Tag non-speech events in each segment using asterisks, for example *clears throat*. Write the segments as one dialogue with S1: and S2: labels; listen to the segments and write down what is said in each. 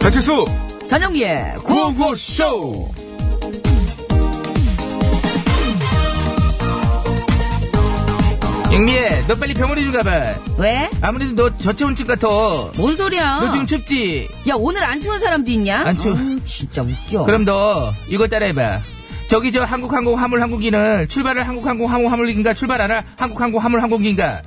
S1: 배칠수
S2: 전영미의 구
S1: 구호구호쇼
S3: 영미야, 너 빨리 병원에 좀 가봐.
S2: 왜?
S3: 아무래도 너 저체온증 같아. 너
S2: 뭔 소리야?
S3: 지금 춥지?
S2: 야 오늘 안 추운 사람도 있냐?
S3: 안 추워.
S2: 아, 진짜 웃겨.
S3: 그럼 너 이거 따라해봐. 저기 저 한국항공 화물항공기는 출발을 한국항공 화물항공기인가 출발하나 한국항공 화물항공기인가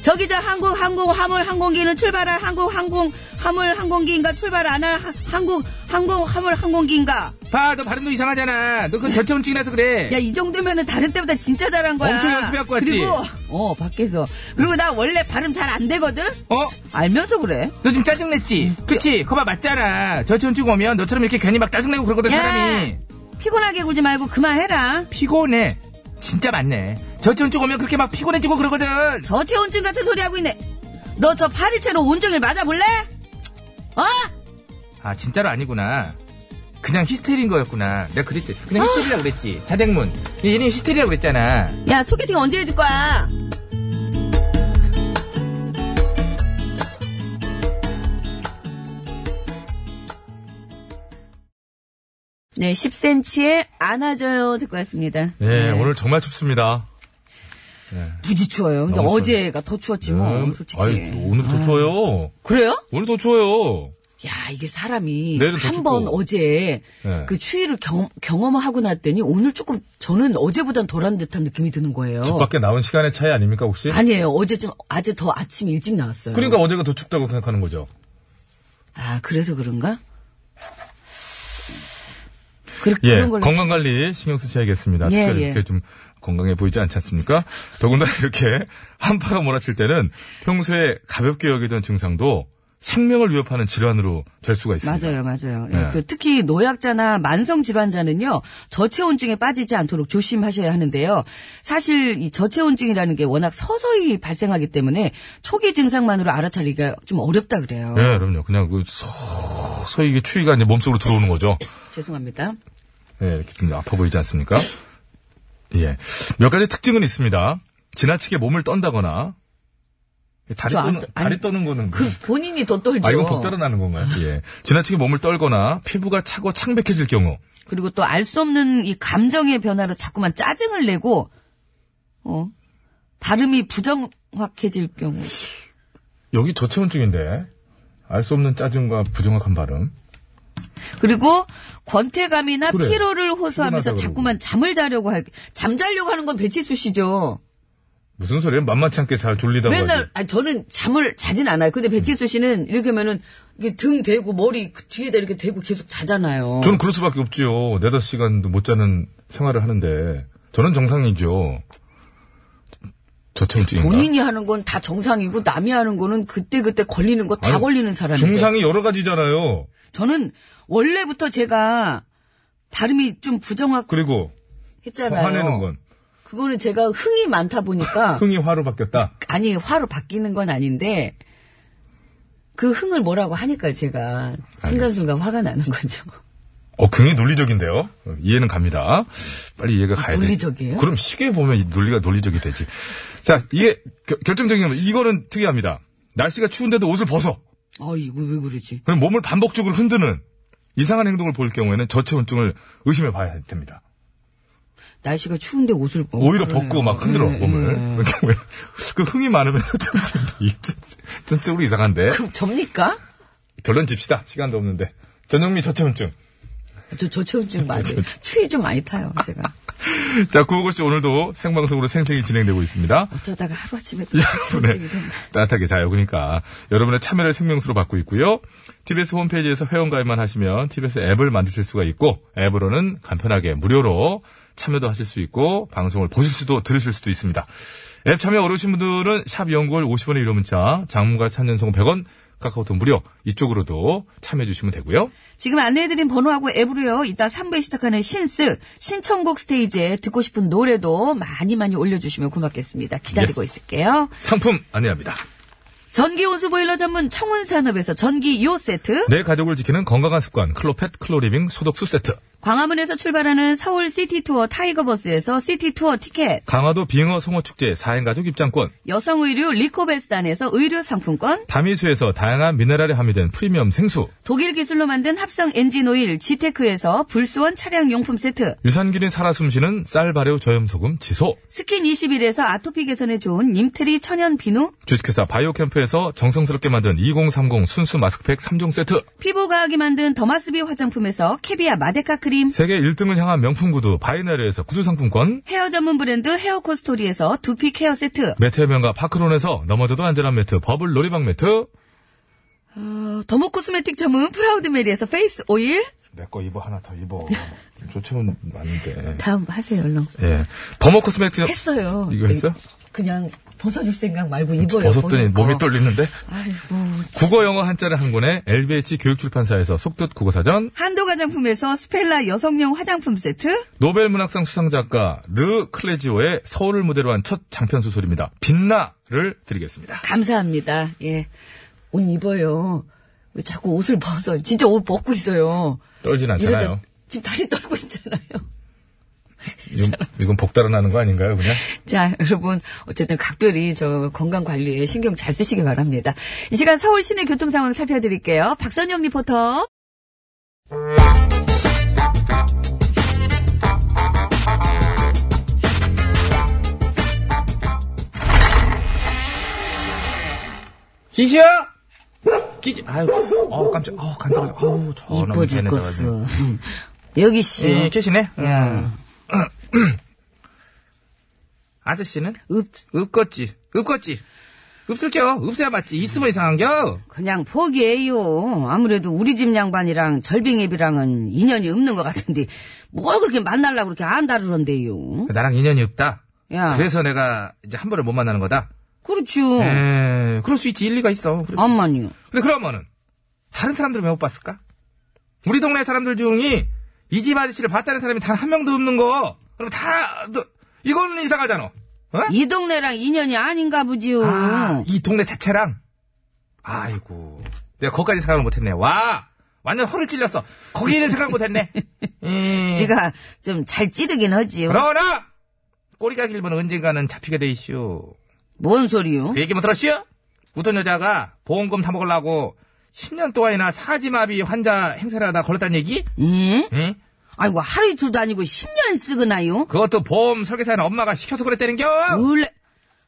S2: 저기 저 한국 항공 화물 항공기는 출발할 한국 항공 화물 항공기인가 출발 안 할 한국 항공 화물 항공기인가?
S3: 봐, 너 발음도 이상하잖아. 너 그 저체온증이라서 그래.
S2: 야 이 정도면은 다른 때보다 진짜 잘한 거야.
S3: 엄청 연습해갖고 왔지?
S2: 그리고 어 밖에서 그리고 나 원래 발음 잘 안 되거든.
S3: 어?
S2: 알면서 그래.
S3: 너 지금 짜증냈지? 그치? 거봐, 맞잖아. 저체온증 오면 너처럼 이렇게 괜히 막 짜증내고 그러거든,
S2: 야!
S3: 사람이.
S2: 피곤하게 굴지 말고 그만해라.
S3: 피곤해. 진짜 많네. 저체온증 오면 그렇게 막 피곤해지고 그러거든.
S2: 저체온증 같은 소리 하고 있네. 너 저 파리채로 온종일 맞아볼래? 어?
S3: 아, 진짜로 아니구나. 그냥 히스테리인 거였구나. 내가 그랬지. 그냥 히스테리라고 그랬지. 자댕문. 얘네 히스테리라고 그랬잖아.
S2: 야 소개팅 언제 해줄 거야? 네, 10cm의 안아줘요 듣고 왔습니다. 네.
S1: 예 오늘 정말 춥습니다
S2: 무지 추워요. 근데
S1: 너무 추워요.
S2: 어제가 더 추웠지 뭐
S1: 음,
S2: 솔직히.
S1: 아유, 오늘 더 추워요
S2: 그래요?
S1: 오늘 더 추워요
S2: 야 이게 사람이
S1: 내일은 더
S2: 한
S1: 춥고.
S2: 번 어제
S1: 네.
S2: 그 추위를 경, 경험하고 났더니 오늘 조금 저는 어제보단 덜한 듯한 느낌이 드는 거예요.
S1: 집 밖에 나온 시간의 차이 아닙니까 혹시?
S2: 어. 아니에요. 어제 좀 아주 더 아침 일찍 나왔어요.
S1: 그러니까 어제가 더 춥다고 생각하는 거죠
S2: 아 그래서 그런가? 그,
S1: 예,
S2: 런 걸로
S1: 건강관리 신경 쓰셔야겠습니다.
S2: 예,
S1: 특별히
S2: 예.
S1: 이렇게 좀 건강해 보이지 않지 않습니까? 더군다나 *laughs* 이렇게 한파가 몰아칠 때는 평소에 가볍게 여기던 증상도 생명을 위협하는 질환으로 될 수가 있습니다.
S2: 맞아요, 맞아요.
S1: 예.
S2: 예, 그 특히 노약자나 만성 질환자는요 저체온증에 빠지지 않도록 조심하셔야 하는데요. 사실 이 저체온증이라는 게 워낙 서서히 발생하기 때문에 초기 증상만으로 알아차리기가 좀 어렵다 그래요.
S1: 예, 그럼요. 그냥 그 서서히 이게 추위가 이제 몸속으로 들어오는 거죠.
S2: 죄송합니다.
S1: 예, 이렇게 좀 아파 보이지 않습니까? 예. 몇 가지 특징은 있습니다. 지나치게 몸을 떤다거나 다리
S2: 저 안
S1: 떠는,
S2: 떠- 아니,
S1: 다리 떠는 거는
S2: 그 본인이 더 떨죠.
S1: 아, 이건 복따라 나는 건가요? 예. 지나치게 몸을 떨거나 피부가 차고 창백해질 경우
S2: 그리고 또 알 수 없는 이 감정의 변화로 자꾸만 짜증을 내고 어 발음이 부정확해질 경우.
S1: 여기 저체온증인데 알 수 없는 짜증과 부정확한 발음.
S2: 그리고 권태감이나
S1: 그래.
S2: 피로를 호소하면서
S1: 피곤하다 그러고.
S2: 자꾸만 잠을 자려고 할 잠자려고 하는 건 배치수 씨죠.
S1: 무슨 소리예요? 만만치 않게 잘 졸리다고.
S2: 맨날
S1: 하지.
S2: 아 저는 잠을 자진 않아요. 근데 배치수 씨는 이렇게 하면은 이게 등 대고 머리 그 뒤에다 이렇게 대고 계속 자잖아요.
S1: 저는 그럴 수밖에 없지요. 네다섯 시간도 못 자는 생활을 하는데 저는 정상이죠. 저체온증인가?
S2: 본인이 하는 건 다 정상이고 남이 하는 거는 그때 그때 걸리는 거 다
S1: 아니,
S2: 걸리는 사람이에요.
S1: 증상이 여러 가지잖아요.
S2: 저는 원래부터 제가 발음이 좀
S1: 그리고
S2: 부정확했잖아요.
S1: 화내는 건
S2: 그거는 제가 흥이 많다 보니까
S1: 흥이 화로 바뀌었다.
S2: 아니 화로 바뀌는 건 아닌데 그 흥을 뭐라고 하니까 제가 순간순간 화가 나는 거죠.
S1: 어, 굉장히 논리적인데요. 어, 이해는 갑니다. 빨리 이해가 가야 돼.
S2: 아, 논리적이에요?
S1: 그럼 시계 보면 이 논리가 논리적이 되지. 자, 이게 겨- 결정적인 건 이거는 특이합니다. 날씨가 추운데도 옷을 벗어.
S2: 아 이거 왜 그러지?
S1: 그럼 몸을 반복적으로 흔드는 이상한 행동을 보일 경우에는 저체온증을 의심해 봐야 됩니다.
S2: 날씨가 추운데 옷을 벗고
S1: 오히려 벗고 막 흔들어
S2: 예, 예.
S1: 몸을. *laughs* 그런 경우에 그 흥이 많으면 *laughs* 저체온증이 이게 좀- 좀 쪽으로 이상한데
S2: 그럼 접니까?
S1: 결론 집시다. 시간도 없는데 전영미 저체온증.
S2: 저 저체온증 맞아요. 추위 좀 많이 타요
S1: *laughs*
S2: 제가.
S1: 자, 구호고씨 오늘도 생방송으로 생생히 진행되고 있습니다.
S2: 어쩌다가 하루 아침에 또 저체온증이
S1: 여러분의
S2: 됐나?
S1: 따뜻하게 자요. 그러니까 여러분의 참여를 생명수로 받고 있고요. TBS 홈페이지에서 회원가입만 하시면 TBS 앱을 만드실 수가 있고 앱으로는 간편하게 무료로 참여도 하실 수 있고 방송을 보실 수도 들으실 수도 있습니다. 앱 참여 어려우신 분들은 샵 연구월 50원의 유료 문자, 장문과 3년송 100원, 카카오톡 무료 이쪽으로도 참여해 주시면 되고요.
S2: 지금 안내해드린 번호하고 앱으로요. 이따 3부에 시작하는 신스 신청곡 스테이지에 듣고 싶은 노래도 많이 많이 올려주시면 고맙겠습니다. 기다리고
S1: 예.
S2: 있을게요.
S1: 상품 안내합니다.
S2: 전기 온수 보일러 전문 청운산업에서 전기 요 세트,
S1: 내 가족을 지키는 건강한 습관 클로펫 클로리빙 소독수 세트.
S2: 광화문에서 출발하는 서울 시티 투어 타이거 버스에서 시티 투어 티켓,
S1: 강화도 빙어 송어축제 4인 가족 입장권.
S2: 여성 의류 리코베스단에서 의류 상품권,
S1: 다미수에서 다양한 미네랄이 함유된 프리미엄 생수.
S2: 독일 기술로 만든 합성 엔진 오일 지테크에서 불수원 차량 용품 세트,
S1: 유산균이 살아 숨쉬는 쌀 발효 저염소금 지소.
S2: 스킨 21에서 아토피 개선에 좋은 님트리 천연 비누,
S1: 주식회사 바이오캠프에서 정성스럽게 만든 2030 순수 마스크팩 3종 세트.
S2: 피부 과학이 만든 더마스비 화장품에서 캐비아 마데카 크림,
S1: 세계 1등을 향한 명품 구두 바이네르에서 구두 상품권.
S2: 헤어 전문 브랜드 헤어코스토리에서 두피 케어 세트,
S1: 매트의 명가 파크론에서 넘어져도 안전한 매트 버블 놀이방 매트.
S2: 어, 더모 코스메틱 전문 프라우드메리에서 페이스 오일,
S1: 내 거 입어 하나 더 입어. 좋지는 않은데.
S2: 다음 하세요 얼른.
S1: 예. 더머 코스메틱
S2: 했어요.
S1: 이거 했어요?
S2: 그냥 벗어줄 생각 말고 입어요.
S1: 벗었더니
S2: 보니까.
S1: 몸이 떨리는데.
S2: 아이고.
S1: 국어 영어 한자를 한 권에 LBH 교육출판사에서 속뜻 국어사전,
S2: 한도 화장품에서 스펠라 여성용 화장품 세트,
S1: 노벨 문학상 수상작가 르 클레지오의 서울을 무대로 한 첫 장편 소설입니다. 빛나를 드리겠습니다.
S2: 감사합니다. 예. 옷 입어요. 왜 자꾸 옷을 벗어? 진짜 옷 벗고 있어요.
S1: 떨진
S2: 이러다
S1: 않잖아요.
S2: 지금 다리 떨고 있잖아요. *laughs*
S1: 이건, 이건 복달은 하는 거 아닌가요, 그냥?
S2: 자, 여러분, 어쨌든 각별히 저 건강 관리에 신경 잘 쓰시기 바랍니다. 이 시간 서울 시내 교통 상황 살펴드릴게요. 박선영 리포터.
S3: 기시야! 기시, 아유, 어 깜짝, 어 간단하죠. 아우,
S2: 이뻐
S3: 저놈이 쟤네들.
S2: 죽겠어. *laughs* 여기 씨.
S3: 예, 계시네?
S2: 야,
S3: *clears throat* 아저씨는?
S2: 음. 읍,
S3: 없겠지, 없겠지. 없을겨, 없어야 맞지. 있으면 이상한겨.
S2: 그냥 포기해요. 아무래도 우리 집 양반이랑 절빙애비랑은 인연이 없는 것 같은데 뭘 그렇게 만나려고 그렇게 안다 그런데요.
S3: 나랑 인연이 없다.
S2: 야.
S3: 그래서 네. 내가 이제 한 번을 못 만나는 거다.
S2: 그렇죠.
S3: 에, 그럴 수 있지. 일리가 있어. 그래.
S2: 암만요.
S3: 근데 그러면은, 다른 사람들은 왜 못 봤을까? 우리 동네 사람들 중에 이 집 아저씨를 봤다는 사람이 단 한 명도 없는 거. 그럼 다, 너, 이거는 이상하잖아. 어?
S2: 이 동네랑 인연이 아닌가 보지요.
S3: 아, 이 동네 자체랑. 아이고. 내가 거기까지 생각을 못했네. 와! 완전 허를 찔렸어. 거기는 생각 못했네.
S2: *laughs*
S3: 음.
S2: 지가 좀 잘 찌르긴 하지요.
S3: 그러나! 꼬리가 길면 언젠가는 잡히게 돼 있슈.
S2: 뭔 소리요?
S3: 그 얘기 못 들었슈? 어떤 여자가 보험금 타먹으려고 10년 동안이나 사지마비 환자 행세를 하다 걸렸다는 얘기?
S2: 예?
S3: 응?
S2: 아이고 하루 이틀도 아니고 10년 쓰거나요?
S3: 그것도 보험 설계사는 엄마가 시켜서 그랬다는겨?
S2: 원래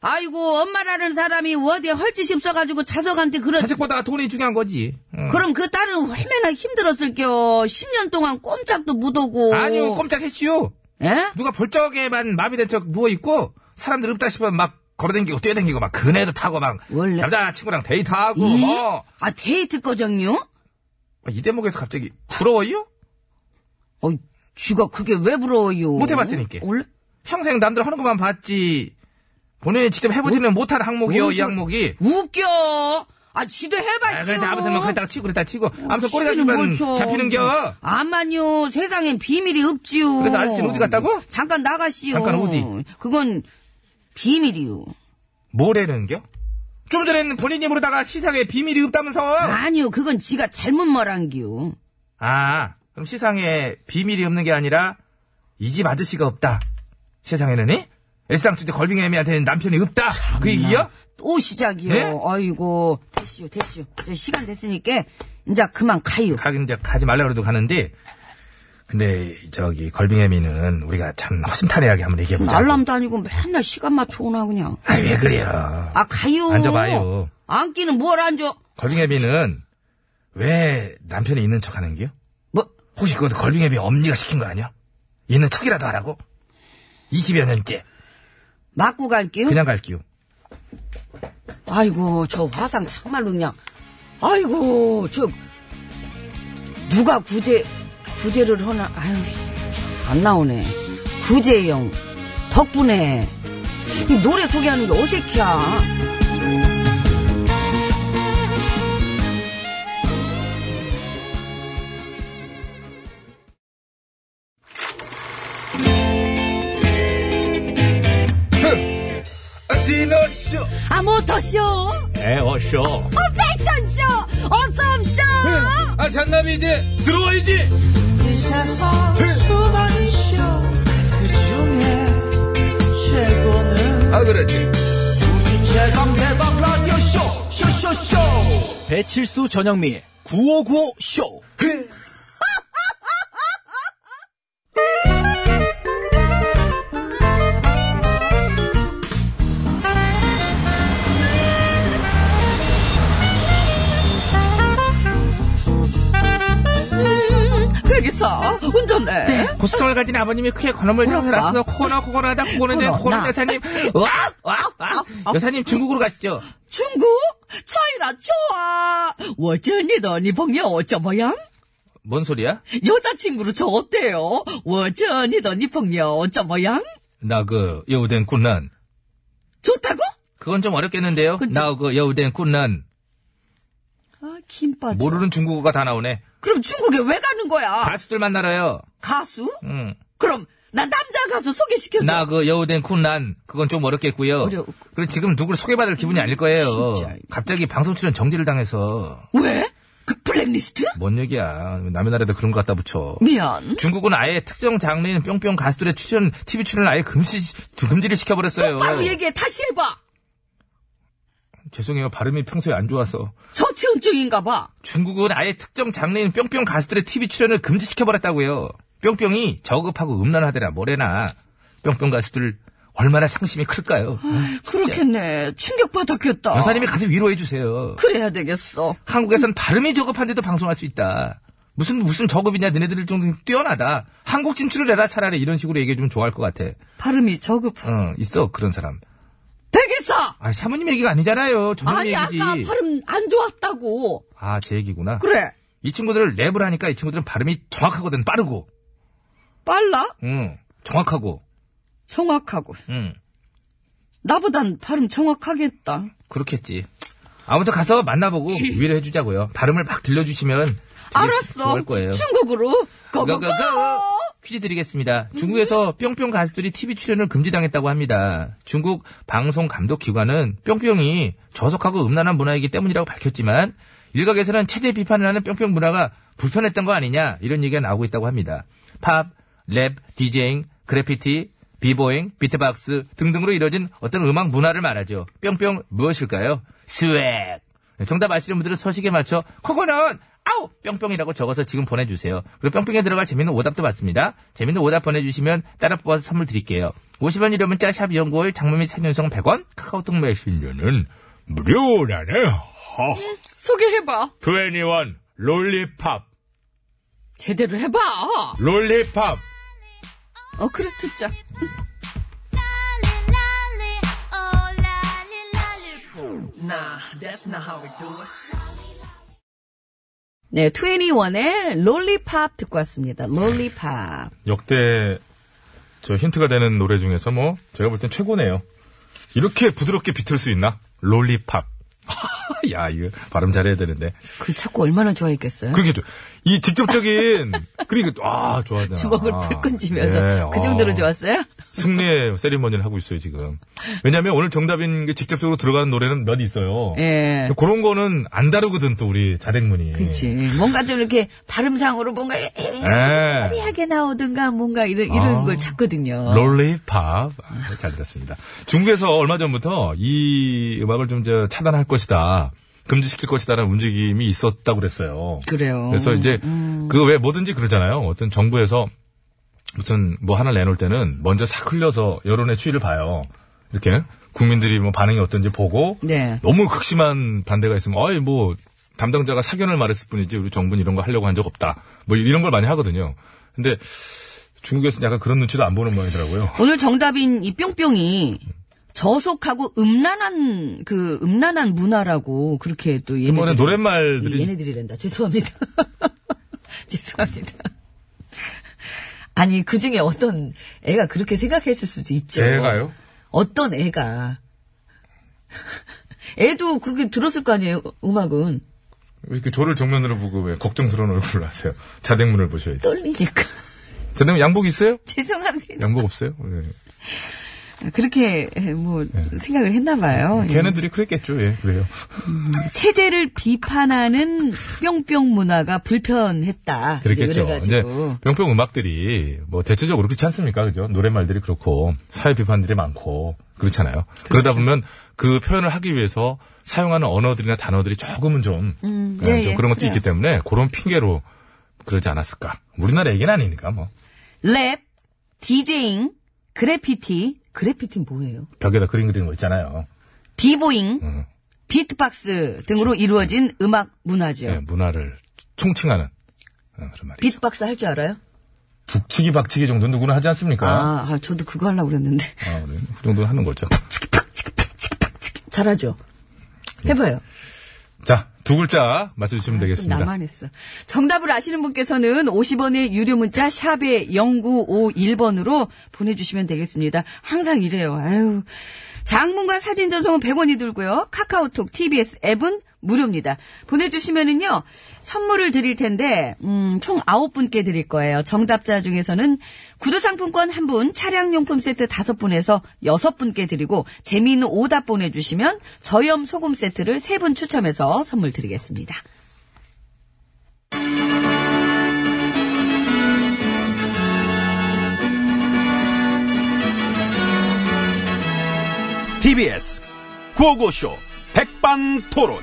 S2: 아이고 엄마라는 사람이 어디에 헐짓 없어가지고 자석한테 그런
S3: 자식보다 돈이 중요한 거지. 응.
S2: 그럼 그 딸은 얼마나 힘들었을겨. 10년 동안 꼼짝도 못하고.
S3: 아니요, 꼼짝했슈.
S2: 예?
S3: 누가 벌쩍에만 마비된 척 누워있고, 사람들 없다 싶으면 막 걸어다니고 뛰어다니고, 막 그네도 타고, 막,
S2: 원래-
S3: 남자친구랑 데이트하고,
S2: 예?
S3: 뭐.
S2: 아, 데이트 거정요?
S3: 이 대목에서 갑자기 부러워요?
S2: 어, 쥐가 그게 왜 부러워요? 어?
S3: 못 해봤으니까.
S2: 원래?
S3: 평생 남들 하는 것만 봤지. 본인이 직접 해보지는
S2: 뭐?
S3: 못한 항목이요, 이
S2: 뭔 소-
S3: 항목이.
S2: 웃겨! 아, 지도
S3: 아,
S2: 해봤어.
S3: 그래서 아무튼 뭐 그랬다가 치고 그랬다 치고. 아무튼 꼬리가
S2: 시비는
S3: 길면
S2: 뭘 쳐.
S3: 잡히는겨.
S2: 아만요. 세상엔 비밀이 없지요.
S3: 그래서 아저씨는 어디 갔다고?
S2: 잠깐 나가시오.
S3: 잠깐 어디?
S2: 그건 비밀이요.
S3: 뭐라는겨? 좀 전에는 본인 입으로다가 시상에 비밀이 없다면서.
S2: 아니요. 그건 지가 잘못 말한기요.
S3: 아, 그럼 시상에 비밀이 없는 게 아니라 이 집 아저씨가 없다. 세상에는 이? S당 주제 걸빙애미한테는 남편이 없다. 그 얘기요?
S2: 또 시작이요.
S3: 네?
S2: 아이고. 됐시오. 됐시오. 이제 시간 됐으니까 이제 그만 가요.
S3: 가긴 이제 가지 말라 그래도 가는데. 근데 저기 걸빙애미는 우리가 참 허심탄회하게 한번 얘기해보자.
S2: 알람도 아니고 맨날 시간 맞춰 오나 그냥.
S3: 아, 왜 그래요?
S2: 아 가요.
S3: 앉아봐요.
S2: 앉기는 뭘 앉아.
S3: 걸빙애비는 왜 남편이 있는 척 하는 게요?
S2: 뭐?
S3: 혹시 그것도 걸빙애비 엄니가 시킨 거 아니야? 있는 척이라도 하라고? 20여 년째.
S2: 맞고 갈게요.
S3: 그냥 갈게요.
S2: 아이고 저 화상 정말로 그냥. 아이고 저 누가 구제 구제를 하나. 아유 안 나오네. 구제형 덕분에 이 노래 소개하는 게 어색해야.
S3: 디너쇼!
S2: 아 모터쇼,
S1: 에어쇼.
S2: 패션쇼, 어쩜쇼.
S3: 아, 잔남이 이제 들어와야지!
S2: 아,
S4: 이 세상 수많은 쇼그 중에 최고는
S3: 아, 그렇지.
S4: 우주 최강 대박 라디오 쇼 쇼쇼쇼 배칠수 전영미 9595 쇼.
S2: 거기서 운전해.
S3: 고수성을 가진 아버님이 크게 건어물
S2: 뭐랄까?
S3: 장사를 하셔서 코나 코거나다 코고는데
S2: 코너,
S3: 코는
S2: 나.
S3: 여사님 와우 와우 와우
S2: 어?
S3: 여사님 중국으로 가시죠
S2: 중국? 차이나 좋아. 워전이더 니봉여 어쩌모양?
S3: 뭔 소리야?
S2: 여자친구로 저 어때요? 워전이더 니봉여 어쩌모양?
S3: 나 그 여우된 군란
S2: 좋다고?
S3: 그건 좀 어렵겠는데요
S2: 그쵸?
S3: 나 그 여우된 군란
S2: 아, 김 빠져.
S3: 모르는 중국어가 다 나오네
S2: 그럼 중국에 왜 가는 거야?
S3: 가수들 만나러요
S2: 가수?
S3: 음.
S2: 그럼 나 남자 가수 소개시켜줘.
S3: 나 그 여우된 군란 그건 좀 어렵겠고요
S2: 어려워.
S3: 그리고 지금 누굴 소개받을 기분이 아닐 거예요
S2: 진짜.
S3: 갑자기 방송 출연 정지를 당해서
S2: 왜? 그 블랙리스트?
S3: 뭔 얘기야 남의 나라에다 그런 거 갖다 붙여
S2: 미안.
S3: 중국은 아예 특정 장르인 뿅뿅 가수들의 출연, TV 출연을 아예 금시, 금지를 시켜버렸어요.
S2: 바로 얘기해. 다시 해봐.
S3: 죄송해요. 발음이 평소에 안 좋아서.
S2: 저체온증인가 봐.
S3: 중국은 아예 특정 장르인 뿅뿅 가수들의 TV 출연을 금지시켜버렸다고요. 뿅뿅이 저급하고 음란하더라 뭐래나. 뿅뿅 가수들 얼마나 상심이 클까요?
S2: 그렇겠네. 충격받았겠다.
S3: 여사님이 가서 위로해주세요.
S2: 그래야 되겠어.
S3: 한국에선 발음이 저급한데도 방송할 수 있다. 무슨, 무슨 저급이냐, 너네들 정도 뛰어나다. 한국 진출을 해라, 차라리. 이런 식으로 얘기해주면 좋아할 것 같아.
S2: 발음이 저급한.
S3: 어, 있어, 그런 사람.
S2: 백이사!
S3: 아, 사모님 얘기가 아니잖아요. 전문님
S2: 아니,
S3: 얘기지.
S2: 아까 발음 안 좋았다고.
S3: 아, 제 얘기구나.
S2: 그래.
S3: 이 친구들을 랩을 하니까 이 친구들은 발음이 정확하거든. 빠르고.
S2: 빨라?
S3: 응. 정확하고.
S2: 정확하고.
S3: 응.
S2: 나보단 발음 정확하겠다.
S3: 그렇겠지. 아무튼 가서
S2: *laughs*
S3: 만나보고 위로해 주자고요. 발음을 막 들려주시면 되게
S2: 알았어.
S3: 좋을 거예요.
S2: 중국으로 고고고!
S3: 퀴즈 드리겠습니다. 중국에서
S2: 음.
S3: 뿅뿅 가수들이 TV 출연을 금지당했다고 합니다. 중국 방송 감독 기관은 뿅뿅이 저속하고 음란한 문화이기 때문이라고 밝혔지만 일각에서는 체제 비판을 하는 뿅뿅 문화가 불편했던 거 아니냐 이런 얘기가 나오고 있다고 합니다. 팝, 랩, 디제잉, 그래피티, 비보잉, 비트박스 등등으로 이뤄진 어떤 음악 문화를 말하죠. 뿅뿅 무엇일까요? 스웩. 네, 정답 아시는 분들은 서식에 맞춰 그거는 아우 뿅뿅이라고 적어서 지금 보내주세요. 그리고 뿅뿅에 들어갈 재밌는 오답도 받습니다. 재밌는 오답 보내주시면 따라 뽑아서 선물 드릴게요. 50원 유료 문자 샵 연구일 장문 및 생년성 100원 카카오톡 메신저는 무료라네요.
S2: 소개해봐.
S1: 21 롤리팝
S2: 제대로 해봐.
S1: 롤리팝
S2: 어, 그래, 듣자.
S5: oh,
S2: 네, 21의 롤리팝 듣고 왔습니다. 롤리팝.
S1: 역대 저 힌트가 되는 노래 중에서 뭐 제가 볼 땐 최고네요. 이렇게 부드럽게 비틀 수 있나? 롤리팝. *laughs* 야, 이거 발음 잘해야 되는데.
S2: 그 찾고 얼마나 좋아했겠어요?
S1: 그게 좀, 이 직접적인, 그러니까, 아, 좋아하잖아.
S2: 주먹을 풀 건지면서
S3: 예,
S2: 그 정도로
S1: 아.
S2: 좋았어요?
S1: 승리의 세리머니를 하고 있어요, 지금. 왜냐면 하 오늘 정답인 게 직접적으로 들어가는 노래는 몇 있어요.
S2: 예.
S1: 그런 거는 안 다루거든, 또 우리 자댕문이.
S2: 그렇지. 뭔가 좀 이렇게 발음상으로 뭔가
S1: 예.
S2: 애매하게 나오든가 뭔가 이런 이런
S1: 아.
S2: 걸 찾거든요.
S1: 롤리팝. 아, 잘 들었습니다. 중국에서 얼마 전부터 이 음악을 좀 이제 차단할 것이다. 금지시킬 것이다라는 움직임이 있었다고 그랬어요.
S2: 그래요.
S1: 그래서 이제 그 왜 뭐든지 그러잖아요. 어떤 정부에서 무슨 뭐 하나 내놓을 때는 먼저 싹 흘려서 여론의 추이를 봐요. 이렇게 국민들이 뭐 반응이 어떤지 보고
S2: 네.
S1: 너무 극심한 반대가 있으면 어이 뭐 담당자가 사견을 말했을 뿐이지 우리 정부는 이런 거 하려고 한 적 없다. 뭐 이런 걸 많이 하거든요. 근데 중국에서는 약간 그런 눈치도 안 보는 모양이더라고요.
S2: 오늘 정답인 이 뿅뿅이 저속하고 음란한 그 음란한 문화라고 그렇게 또
S1: 이번에
S2: 얘네들이
S1: 노랫말들이
S2: 예, 얘네들이란다. 죄송합니다. *laughs* 죄송합니다. 아니 그 중에 어떤 애가 그렇게 생각했을 수도 있죠.
S1: 제가요?
S2: 어떤 애가 *laughs* 애도 그렇게 들었을 거 아니에요 음악은
S1: 왜 이렇게 저를 정면으로 보고 왜 걱정스러운 얼굴을 하세요? 자댕문을 보셔야죠.
S2: 떨리니까 *laughs*
S1: 자댕문 양복 있어요?
S2: 죄송합니다.
S1: 양복 없어요? 네.
S2: 그렇게 뭐 생각을 했나 봐요. 예.
S1: 걔네들이 그랬겠죠. 예, 그래요.
S2: 체제를 비판하는 뿅뿅 문화가 불편했다. 이제
S1: 그랬겠죠. 이제
S2: 그래가지고.
S1: 병평 음악들이 뭐 대체적으로 그렇지 않습니까? 그죠? 노랫말들이 그렇고 사회 비판들이 많고 그렇잖아요. 그러다
S2: 그렇죠.
S1: 보면 그 표현을 하기 위해서 사용하는 언어들이나 단어들이 조금은 좀,
S2: 음,
S1: 예,
S2: 예,
S1: 좀
S2: 예,
S1: 그런 것도
S2: 그래요.
S1: 있기 때문에 그런 핑계로 그러지 않았을까. 우리나라 얘기는 아니니까 뭐
S2: 랩, 디제잉, 그래피티, 그래피티 는 뭐예요?
S1: 벽에다 그림 그리는 거 있잖아요.
S2: 비보잉,
S1: 음.
S2: 비트박스 등으로 이루어진 음악 문화죠.
S1: 예, 문화를 총칭하는 어, 그런 말이.
S2: 비트박스 할 줄 알아요?
S1: 북치기 박치기 정도 는 누구나 하지 않습니까?
S2: 아, 아, 저도 그거 하려고 그랬는데. *laughs*
S1: 아, 그래요? 그 정도는 하는 거죠.
S2: 잘하죠? 해봐요.
S1: 자, 두 글자
S2: 아,
S1: 맞춰주시면 되겠습니다.
S2: 나만 했어. 정답을 아시는 분께서는 50원의 유료 문자 샵에 0951번으로 보내주시면 되겠습니다. 항상 이래요. 아유. 장문과 사진 전송은 100원이 들고요. 카카오톡, TBS 앱은 무료입니다. 보내주시면은요, 선물을 드릴 텐데, 음, 총 9분께 드릴 거예요. 정답자 중에서는 구두상품권 1분, 차량용품 세트 5분에서 6분께 드리고, 재미있는 오답 보내주시면 저염 소금 세트를 3분 추첨해서 선물 드리겠습니다.
S6: TBS 구호고쇼 백반토론.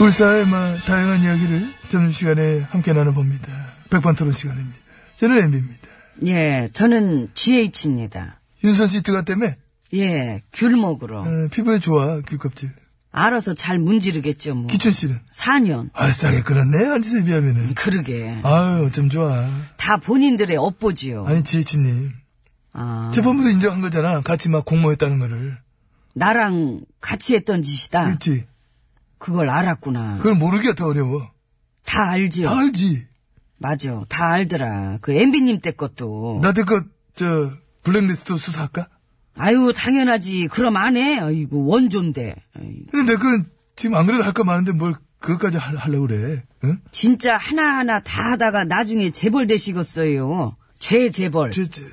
S7: 우리 사회의 막 다양한 이야기를 점심시간에 함께 나눠봅니다. 백반토론 시간입니다. 저는 엠비입니다.
S2: 예, 저는 GH입니다.
S7: 윤선 씨 뜨가 때문에
S2: 예, 귤목으로.
S7: 어, 피부에 좋아 귤껍질.
S2: 알아서 잘 문지르겠죠, 뭐.
S7: 기춘 씨는
S2: 4년.
S7: 아 싸게 끊었네 한지세 비하면은.
S2: 그러게.
S7: 아유 어쩜 좋아.
S2: 다 본인들의 업보지요.
S7: 아니 지혜치님
S2: 아,
S7: 재판부도 인정한 거잖아. 같이 막 공모했다는 거를.
S2: 나랑 같이 했던 짓이다.
S7: 그렇지.
S2: 그걸 알았구나.
S7: 그걸 모르기가 더 어려워.
S2: 다 알지요.
S7: 다 알지.
S2: 맞아. 다 알더라. 그 MB님 때 것도.
S7: 나대껏 저 블랙리스트 수사할까?
S2: 아유, 당연하지. 그럼 안 해. 아이고, 원조인데. 아이,
S7: 근데 내 거는 지금 안 그래도 할 거 많은데 뭘 그것까지 할- 하려고 그래. 응?
S2: 진짜 하나하나 다 하다가 나중에 재벌되시겠어요. 죄 재벌.
S7: 제, 제,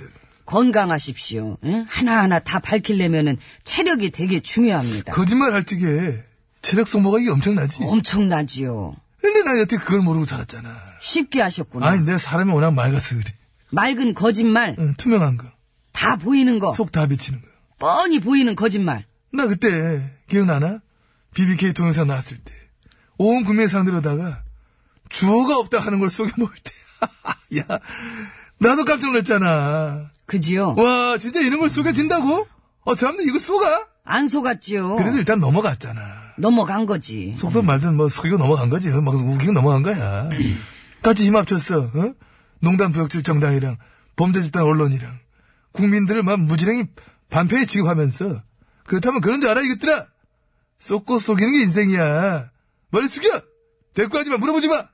S2: 건강하십시오. 예? 하나하나 다 밝히려면은 체력이 되게 중요합니다.
S7: 거짓말 할 적에 체력 소모가 이게 엄청나지.
S2: 어? 엄청나지요.
S7: 근데 나 여태 그걸 모르고 살았잖아.
S2: 쉽게 하셨구나.
S7: 아니, 음. 내 사람이 워낙 맑아서 그래.
S2: 맑은 거짓말,
S7: 응, 투명한 거.
S2: 다 보이는 거,
S7: 속 다 비치는 거.
S2: 뻔히 보이는 거짓말.
S7: 나 그때, 기억나나? BBK 동영상 나왔을 때. 온 국민 상대로다가 주어가 없다 하는 걸 속여 먹을 때. *laughs* 야, 나도 깜짝 놀랐잖아.
S2: 그지요?
S7: 와, 진짜 이런 걸 속여진다고? 어, 사람들 이거 속아?
S2: 안 속았지요.
S7: 그래도 일단 넘어갔잖아.
S2: 넘어간 거지.
S7: 속도 말든 뭐 속이고 넘어간 거지. 막 우기고 넘어간 거야. 같이 힘 합쳤어. 어? 농단 부역질 정당이랑 범죄 집단 언론이랑 국민들을 막 무지랭이 반패에 취급하면서 그렇다면 그런 줄 알아 이것들아. 쏟고 속이는 게 인생이야. 머리 숙여. 대꾸하지 마. 물어보지 마.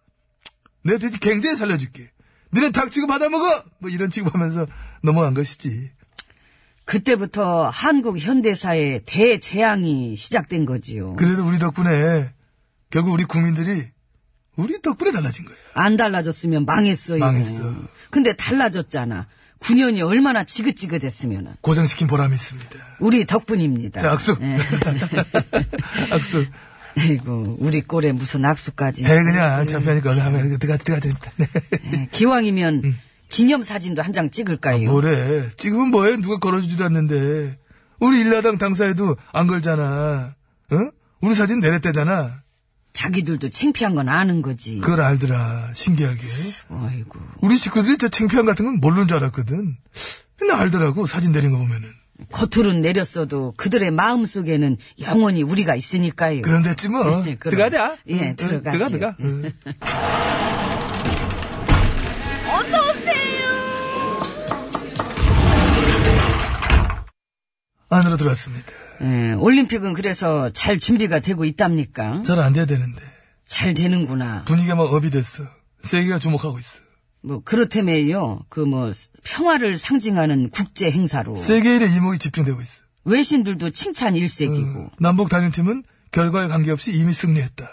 S7: 내가 대신 굉장히 살려줄게. 너네 닭 취급 받아먹어. 뭐 이런 취급하면서 넘어간 것이지.
S2: 그때부터 한국 현대사의 대재앙이 시작된 거지요.
S7: 그래도 우리 덕분에 결국 우리 국민들이 우리 덕분에 달라진 거야.
S2: 안 달라졌으면 망했어요.
S7: 망했어.
S2: 근데 달라졌잖아. 9년이 얼마나 지긋지긋했으면은.
S7: 고생시킨 보람이 있습니다.
S2: 우리 덕분입니다.
S7: 자, 악수.
S2: 예. *laughs*
S7: 악수.
S2: 아이고, 우리 꼴에 무슨 악수까지.
S7: 에 네, 그냥 창피하니까 오늘 하면 들어가 들어가 됩니다. 네.
S2: 예, 기왕이면
S3: 음.
S2: 기념사진도 한 장
S3: 아,
S2: 찍을까요?
S7: 뭐래? 지금은 뭐해? 누가 걸어주지도 않는데 우리 일야당 당사에도 안 걸잖아. 응? 우리 사진 내렸대잖아.
S2: 자기들도 창피한 건 아는 거지.
S7: 그걸 알더라. 신기하게.
S2: 아이고.
S7: 우리 식구들이 저 창피함 같은 건 모르는 줄 알았거든. 근데 알더라고. 사진 내린 거 보면은.
S2: 겉으론 내렸어도 그들의 마음 속에는 영원히 우리가 있으니까요.
S7: 그럼 됐지 뭐.
S2: 예, 그럼.
S3: 들어가자.
S2: 예,
S3: 응,
S2: 들어가.
S3: 들어가, 들어가.
S7: 안으로 들어왔습니다.
S2: 예, 올림픽은 그래서 잘 준비가 되고 있답니까?
S7: 잘 안 돼야 되는데.
S2: 잘 되는구나.
S7: 분위기가 막 업이 됐어. 세계가 주목하고 있어.
S2: 뭐 그렇다며요. 그 뭐 평화를 상징하는 국제 행사로
S7: 세계인의 이목이 집중되고 있어.
S2: 외신들도 칭찬 일색이고
S7: 어, 남북 단일팀은 결과에 관계없이 이미 승리했다.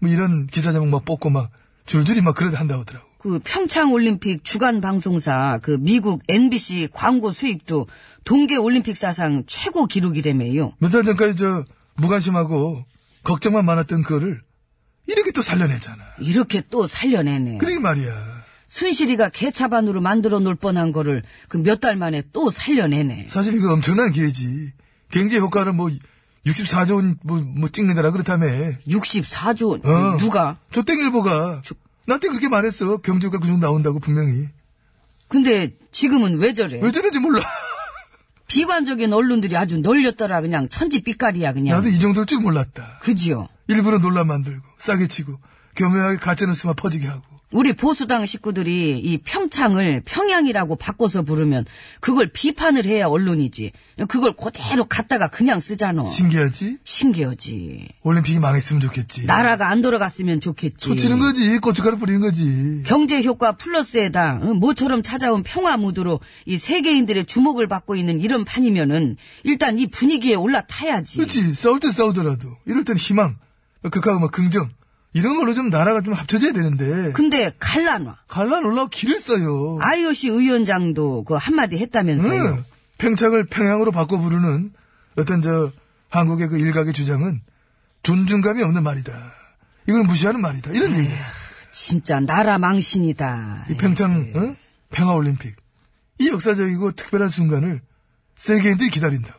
S7: 뭐 이런 기사 제목 막 뽑고 막 줄줄이 막 그래도 한다고 하더라고.
S2: 그 평창 올림픽 주간 방송사 그 미국 NBC 광고 수익도 동계 올림픽 사상 최고 기록이라며요.
S7: 몇 달 전까지 저 무관심하고 걱정만 많았던 그거를 이렇게 또 살려내잖아.
S2: 이렇게 또 살려내네.
S7: 그러게 말이야.
S2: 순실이가 개차반으로 만들어 놓을 뻔한 거를 그 몇 달 만에 또 살려내네.
S7: 사실 이거 엄청난 기회지. 경제 효과를 뭐 64조 원 뭐 찍는다라 그렇다며.
S2: 64조 원.
S7: 어.
S2: 누가?
S7: 조땡일보가 나한테 그렇게 말했어. 경제 효과 그중 나온다고 분명히.
S2: 근데 지금은 왜 저래?
S7: 왜 저런지 몰라.
S2: 비관적인 언론들이 아주 널렸더라 그냥 천지 삐까리야 그냥.
S7: 나도 이 정도일 줄 몰랐다.
S2: 그지요.
S7: 일부러 논란 만들고 싸게 치고 교묘하게 가짜뉴스만 퍼지게 하고.
S2: 우리 보수당 식구들이 이 평창을 평양이라고 바꿔서 부르면 그걸 비판을 해야 언론이지. 그걸 그대로 갖다가 그냥 쓰잖아.
S7: 신기하지?
S2: 신기하지.
S7: 올림픽이 망했으면 좋겠지.
S2: 나라가 안 돌아갔으면 좋겠지.
S7: 소치는 거지. 고춧가루 뿌리는 거지.
S2: 경제 효과 플러스에다 어, 모처럼 찾아온 평화 무드로 이 세계인들의 주목을 받고 있는 이런 판이면은 일단 이 분위기에 올라타야지.
S7: 그렇지. 싸울 때 싸우더라도 이럴 땐 희망, 극하고 막 긍정 이런 걸로 좀 나라가 좀 합쳐져야 되는데
S2: 근데 갈라놔.
S7: 갈라 놀라고 길을 써요.
S2: IOC 의원장도 아, 그 한마디 했다면서요.
S7: 응. 평창을 평양으로 바꿔 부르는 어떤 저 한국의 그 일각의 주장은 존중감이 없는 말이다. 이걸 무시하는 말이다. 이런
S2: 네.
S7: 얘기야.
S2: 진짜 나라 망신이다.
S7: 이 평창 어? 평화올림픽 이 역사적이고 특별한 순간을 세계인들이 기다린다고.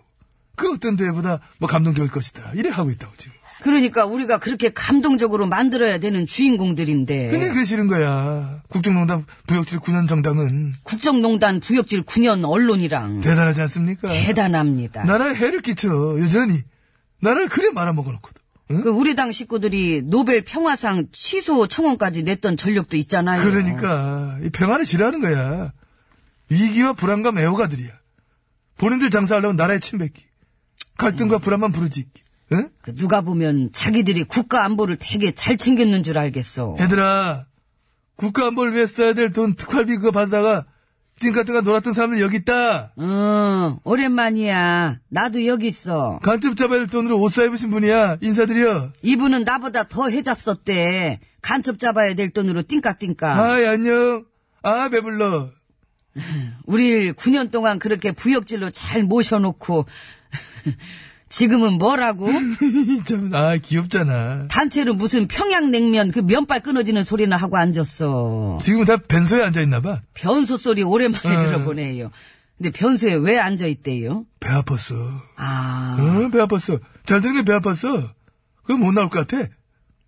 S7: 그 어떤 대회보다 뭐 감동적일 것이다. 이래 하고 있다고 지금.
S2: 그러니까 우리가 그렇게 감동적으로 만들어야 되는 주인공들인데
S7: 근데 그게 싫은 거야. 국정농단 부역질 9년 정당은
S2: 국정농단 부역질 9년 언론이랑
S7: 대단하지 않습니까?
S2: 대단합니다.
S7: 네. 나라에 해를 끼쳐 여전히 나라를 그래 말아먹어놓고도. 응?
S2: 그 우리 당 식구들이 노벨 평화상 취소 청원까지 냈던 전력도
S7: 예.
S2: 있잖아요.
S7: 그러니까 이 평화를 싫어하는 거야. 위기와 불안감 애호가들이야. 본인들 장사하려고 나라에 침뱉기. 갈등과 불안만 부르짖기. 응?
S2: 그 누가 보면 자기들이 국가 안보를 되게 잘 챙겼는 줄 알겠어.
S7: 얘들아 국가 안보를 위해 써야 될 돈 특활비 그거 받다가 띵까띵까 놀았던 사람들 여기 있다.
S2: 응, 오랜만이야. 어, 나도 여기 있어.
S7: 간첩 잡아야 될 돈으로 옷 사입으신 분이야. 인사드려.
S2: 이분은 나보다 더 해잡섰대. 간첩 잡아야 될 돈으로 띵까띵까.
S7: 아이 안녕. 아 배불러. *laughs*
S2: 우릴 9년 동안 그렇게 부역질로 잘 모셔놓고 *laughs* 지금은 뭐라고?
S7: 참, 아 귀엽잖아.
S2: 단체로 무슨 평양냉면 그 면발 끊어지는 소리나 하고 앉았어.
S7: 지금 다 벤소에 앉아있나봐.
S2: 변소 소리 오랜만에
S7: 어.
S2: 들어보네요. 근데 변소에 왜 앉아있대요?
S7: 배 아팠어.
S2: 아,
S7: 응, 배 아팠어. 잘 되는 게 배 아팠어. 그거 못 나올 것 같아.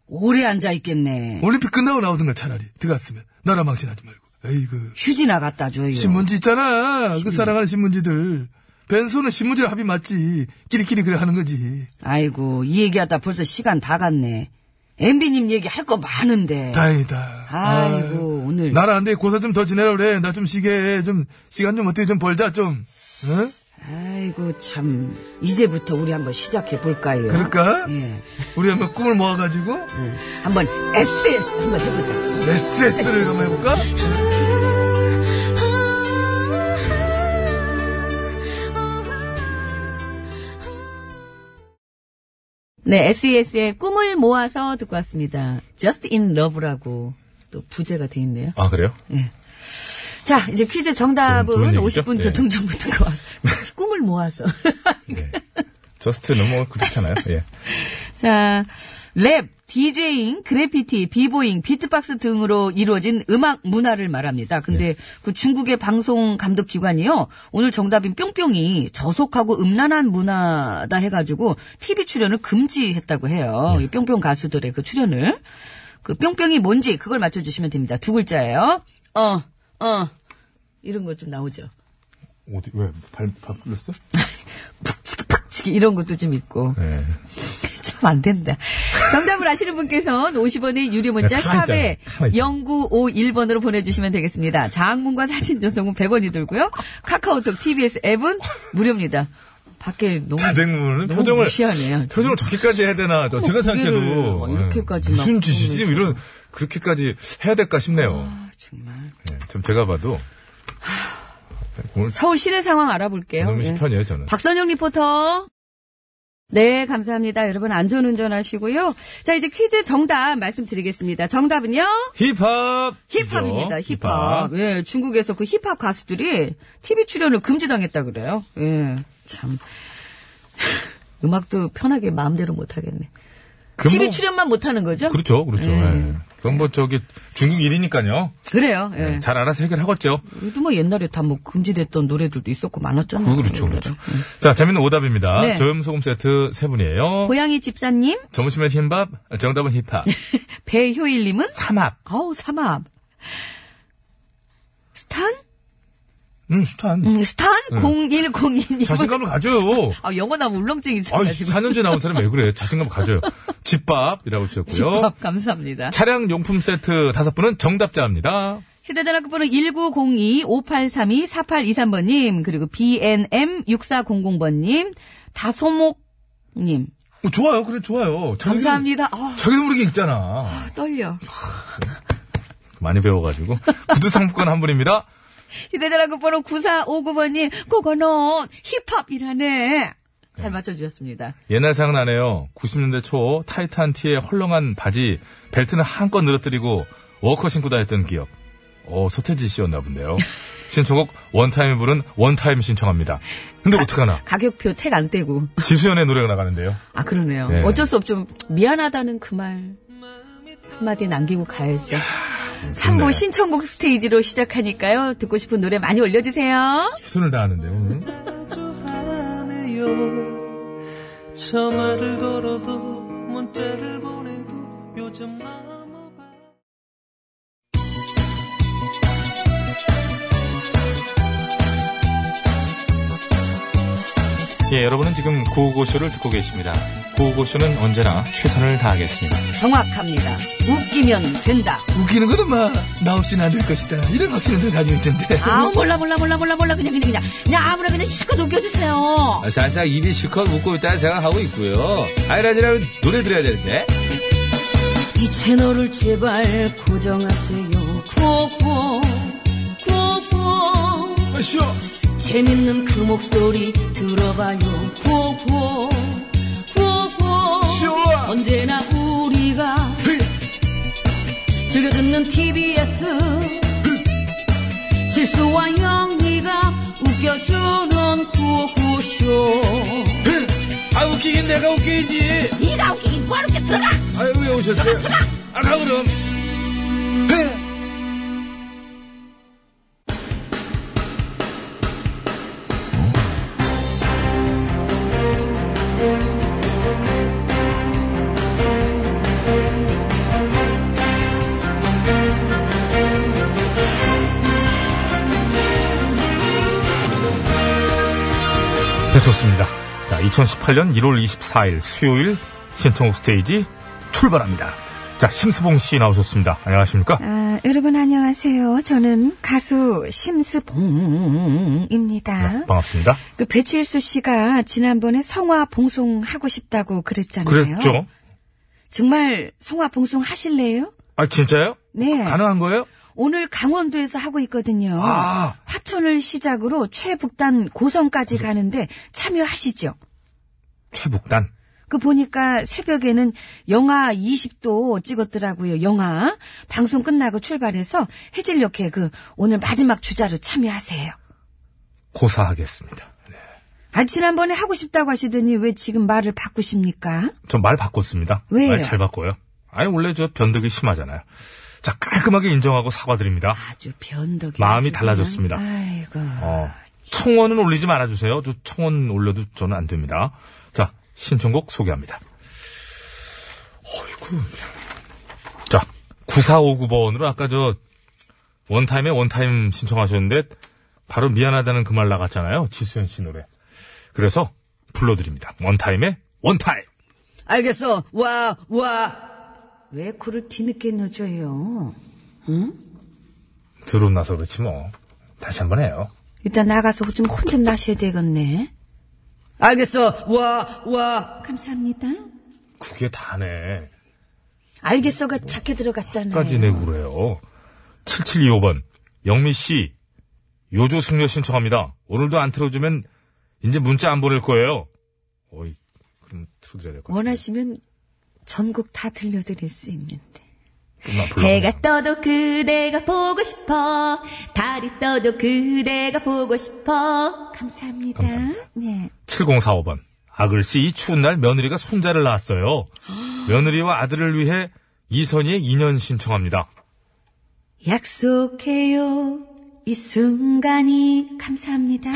S2: 오래 앉아있겠네.
S7: 올림픽 끝나고 나오든가 차라리. 들어갔으면. 나라 망신하지 말고. 에이그.
S2: 휴지나 갖다 줘요.
S7: 신문지 있잖아. 그 사랑하는 신문지들. 벤소는 신문지랑 합이 맞지. 끼리끼리 그래 하는 거지.
S2: 아이고, 이 얘기하다 벌써 시간 다 갔네. 엠비님 얘기할 거 많은데.
S7: 다행이다.
S2: 아이고,
S7: 아유.
S2: 오늘.
S7: 나라 안 돼. 고사 좀 더 지내라 그래. 나 좀 쉬게. 좀, 시간 좀 어떻게 좀 벌자, 좀. 어? 응?
S2: 아이고, 참. 이제부터 우리 한번 시작해볼까요?
S7: 그럴까?
S2: 예.
S7: 우리 한번 꿈을 모아가지고.
S2: 한번 SS 한번 해보자.
S7: SS를 한번 해볼까?
S8: 네, SES의 꿈을 모아서 듣고 왔습니다. Just in Love라고 또 부제가 돼 있네요.
S1: 아, 그래요?
S8: 자, 이제 퀴즈 정답은
S1: 좋은 얘기죠?
S8: 50분
S1: 예.
S8: 교통정보 듣고 와서
S1: *laughs*
S8: 꿈을 모아서.
S1: 네. 저스트는 뭐 그렇잖아요. 예.
S8: 자, 랩, 디제잉, 그래피티, 비보잉, 비트박스 등으로 이루어진 음악 문화를 말합니다. 근데 그 중국의 방송 감독 기관이요. 오늘 정답인 뿅뿅이 저속하고 음란한 문화다 해가지고 TV 출연을 금지했다고 해요. 이 뿅뿅 가수들의 그 출연을. 그 뿅뿅이 뭔지 그걸 맞춰주시면 됩니다. 두 글자예요. 어, 어. 이런 거 좀 나오죠.
S1: 어디, 왜, 발, 발 풀렸어?
S8: 푹치기 푹치기 이런 것도 좀 있고.
S1: 네.
S8: *laughs* 참 안 된다. 정답을 아시는 분께서는 50원의 유료 문자
S1: 야, 네, 가만히
S8: 샵에
S1: 있잖아, 가만히 있잖아.
S8: 0951번으로 보내주시면 되겠습니다. 장문과 사진 전송은 100원이 들고요. 카카오톡, TBS 앱은 무료입니다. 밖에 너무
S1: 자댕문은 네,
S8: 너무
S1: 표정을
S8: 무시하네요.
S1: 표정을 저렇게까지 해야 되나 저 제가 생각해도
S8: 고개를 이렇게까지
S1: 예,
S8: 막
S1: 무슨 짓이지 이런 그렇게까지 해야 될까 싶네요.
S2: 아,
S8: 정말.
S1: 예, 참 제가 봐도 오늘
S8: 서울 시내 상황 알아볼게요.
S1: 너무
S8: 예.
S1: 시편이에요 저는.
S8: 박선영 리포터.
S2: 네, 감사합니다. 여러분 안전 운전하시고요. 자, 이제 퀴즈 정답 말씀드리겠습니다. 정답은요?
S1: 힙합.
S2: 힙합입니다.
S1: 그죠?
S2: 힙합. 예, 중국에서 그 힙합 가수들이 TV 출연을 금지당했다 그래요. 예. 참 *laughs* 음악도 편하게 마음대로 못 하겠네.
S1: 그건
S2: TV
S1: 뭐-
S2: 출연만 못 하는 거죠?
S1: 그렇죠, 그렇죠. 예. 그건 뭐 저기 중국 일이니까요.
S2: 그래요. 예.
S1: 잘 알아서 해결하겠죠.
S2: 우리도 뭐 옛날에 다 뭐 금지됐던 노래들도 있었고 많았잖아요. 예.
S1: 그, 그렇죠, 그렇죠. 자, 재밌는 오답입니다.
S2: 네.
S1: 저염 소금 세트 세 분이에요.
S2: 고양이 집사님,
S1: 점심에 흰밥, 정답은 힙합.
S2: 배효일님은
S7: 삼합.
S2: 아우 삼합. 스탄?
S1: 음, 스탄.
S2: 음, 스탄 0102님.
S1: 네. 자신감을 가져요.
S2: 아, 영어 나면 울렁증이
S1: 아유,
S2: 있어요. 지금.
S1: 4년째 나온 사람이 왜 그래. 자신감 가져요. 집밥이라고 주셨고요.
S2: 집밥 감사합니다.
S1: 차량 용품 세트 다섯 분은 정답자입니다.
S2: 휴대전화 끝번호 1902-5832-4823번님, 그리고 BNM6400번님, 다소목님.
S1: 어, 좋아요. 그래, 좋아요. 자기도-
S2: 감사합니다. 아,
S1: 자기도 모르게 있잖아.
S2: 떨려.
S1: 많이 배워가지고. 구두 상품권 한 분입니다.
S2: 휴대전화 끝번호 9459번님, 그거는 힙합이라네. 잘 맞춰주셨습니다.
S1: 옛날 생각나네요. 90년대 초 타이트한 티에 헐렁한 바지, 벨트는 한껏 늘어뜨리고 워커 신고 다녔던 기억. 어, 서태지 씨였나 본데요. 신청곡 원타임이 부른 원타임 신청합니다. 근데
S2: *laughs*
S1: 어떡하나.
S2: 가격표 택 안 떼고.
S1: 지수연의 노래가 나가는데요.
S2: 아, 그러네요.
S1: 네.
S2: 어쩔 수 없죠. 미안하다는 그 말. 한마디 남기고 가야죠. 삼부
S1: 좋네요.
S2: 신청곡 스테이지로 시작하니까요. 듣고 싶은 노래 많이 올려주세요.
S1: 최선을 다하는데, 음. 오늘.
S4: 하네요. 전화를 걸어도 문자를 보내도 요즘 너무 바...
S1: 예, 여러분은 지금 구호고쇼를 듣고 계십니다. 구호고쇼는 언제나 최선을 다하겠습니다.
S2: 정확합니다. 웃기면 된다.
S9: 웃기는 거는 뭐, 막나 없이는 안 될 것이다. 이런 확신을 늘 가지고 있던데.
S2: 아우, 몰라, 몰라, 몰라, 몰라, 몰라. 그냥, 그냥, 그냥. 그냥 아무나 그냥 실컷 웃겨주세요.
S7: 아, 사실상 입이 실컷 웃고 있다는 생각하고 있고요. 아이라지라면 노래 들어야 되는데.
S2: 이 채널을 제발 고정하세요. 구호구호, 구호구호.
S7: 아,
S2: 재밌는 그 목소리 들어봐요. 구호구호, 구호구호. 언제나 우리가 즐겨 듣는 TBS. 실수와 영리가 웃겨주는 구호구쇼.
S7: 아, 웃기긴 내가 웃기지.
S2: 네가 웃기긴 뭐 이렇게 들어가!
S7: 아유, 왜 오셨어요? 아가 그럼. 네.
S1: 네, 좋습니다. 자, 2018년 1월 24일 수요일 신청곡 스테이지 출발합니다. 자, 심수봉 씨 나오셨습니다. 안녕하십니까?
S10: 아, 여러분 안녕하세요. 저는 가수 심스봉입니다.
S1: 네, 반갑습니다.
S10: 그 배칠수 씨가 지난번에 성화 봉송 하고 싶다고 그랬잖아요.
S1: 그랬죠?
S10: 정말 성화 봉송 하실래요?
S1: 아, 진짜요?
S10: 네. 어.
S1: 가능한 거예요?
S10: 오늘 강원도에서 하고 있거든요.
S1: 아.
S10: 화천을 시작으로 최북단 고성까지
S1: 네.
S10: 가는데 참여하시죠.
S1: 최북단.
S10: 그 보니까 새벽에는 영하 20도 찍었더라고요. 영하. 방송 끝나고 출발해서 해질녘에 그 오늘 마지막 주자로 참여하세요.
S1: 고사하겠습니다.
S10: 아, 지난번에 하고 싶다고 하시더니 왜 지금 말을 바꾸십니까?
S1: 전 말 바꿨습니다.
S10: 왜요?
S1: 말 잘 바꿔요. 아니, 원래 저 변덕이 심하잖아요. 자, 깔끔하게 인정하고 사과드립니다.
S10: 아주 변덕이.
S1: 마음이
S10: 아주
S1: 달라졌습니다.
S10: 그냥. 아이고.
S1: 어, 청원은 올리지 말아주세요. 저 청원 올려도 저는 안 됩니다. 자, 신청곡 소개합니다. 어이구. 자, 9459번으로 아까 저 원타임에 원타임 신청하셨는데 바로 미안하다는 그 말 나갔잖아요. 지수현 씨 노래. 그래서 불러드립니다. 원타임에 원타임.
S2: 알겠어. 와, 와.
S10: 왜 코를 뒤늦게 넣어줘요?
S1: 드러나서 그렇지 뭐. 다시 한번 해요.
S10: 일단 나가서 좀 혼 좀 나셔야 되겠네.
S2: 알겠어. 와, 와.
S10: 감사합니다.
S1: 그게 다네.
S10: 알겠어가 작게 들어갔잖아요.
S1: 까지
S2: 네.
S1: 내고 그래요. 7725번. 영미 씨, 요조 숙녀 신청합니다. 오늘도 안 틀어주면 이제 문자 안 보낼 거예요. 어이, 좀 틀어드려야 될 것 같아요.
S10: 원하시면 전곡 다 들려드릴 수 있는데.
S1: 좀만 불러.
S2: 해가 떠도 그대가 보고 싶어. 달이 떠도 그대가 보고 싶어.
S10: 감사합니다.
S1: 감사합니다.
S10: 네.
S1: 7045번. 아글씨 이 추운 날 며느리가 손자를 낳았어요. 며느리와 아들을 위해 이선희의 인연 신청합니다.
S10: 약속해요. 이 순간이 감사합니다.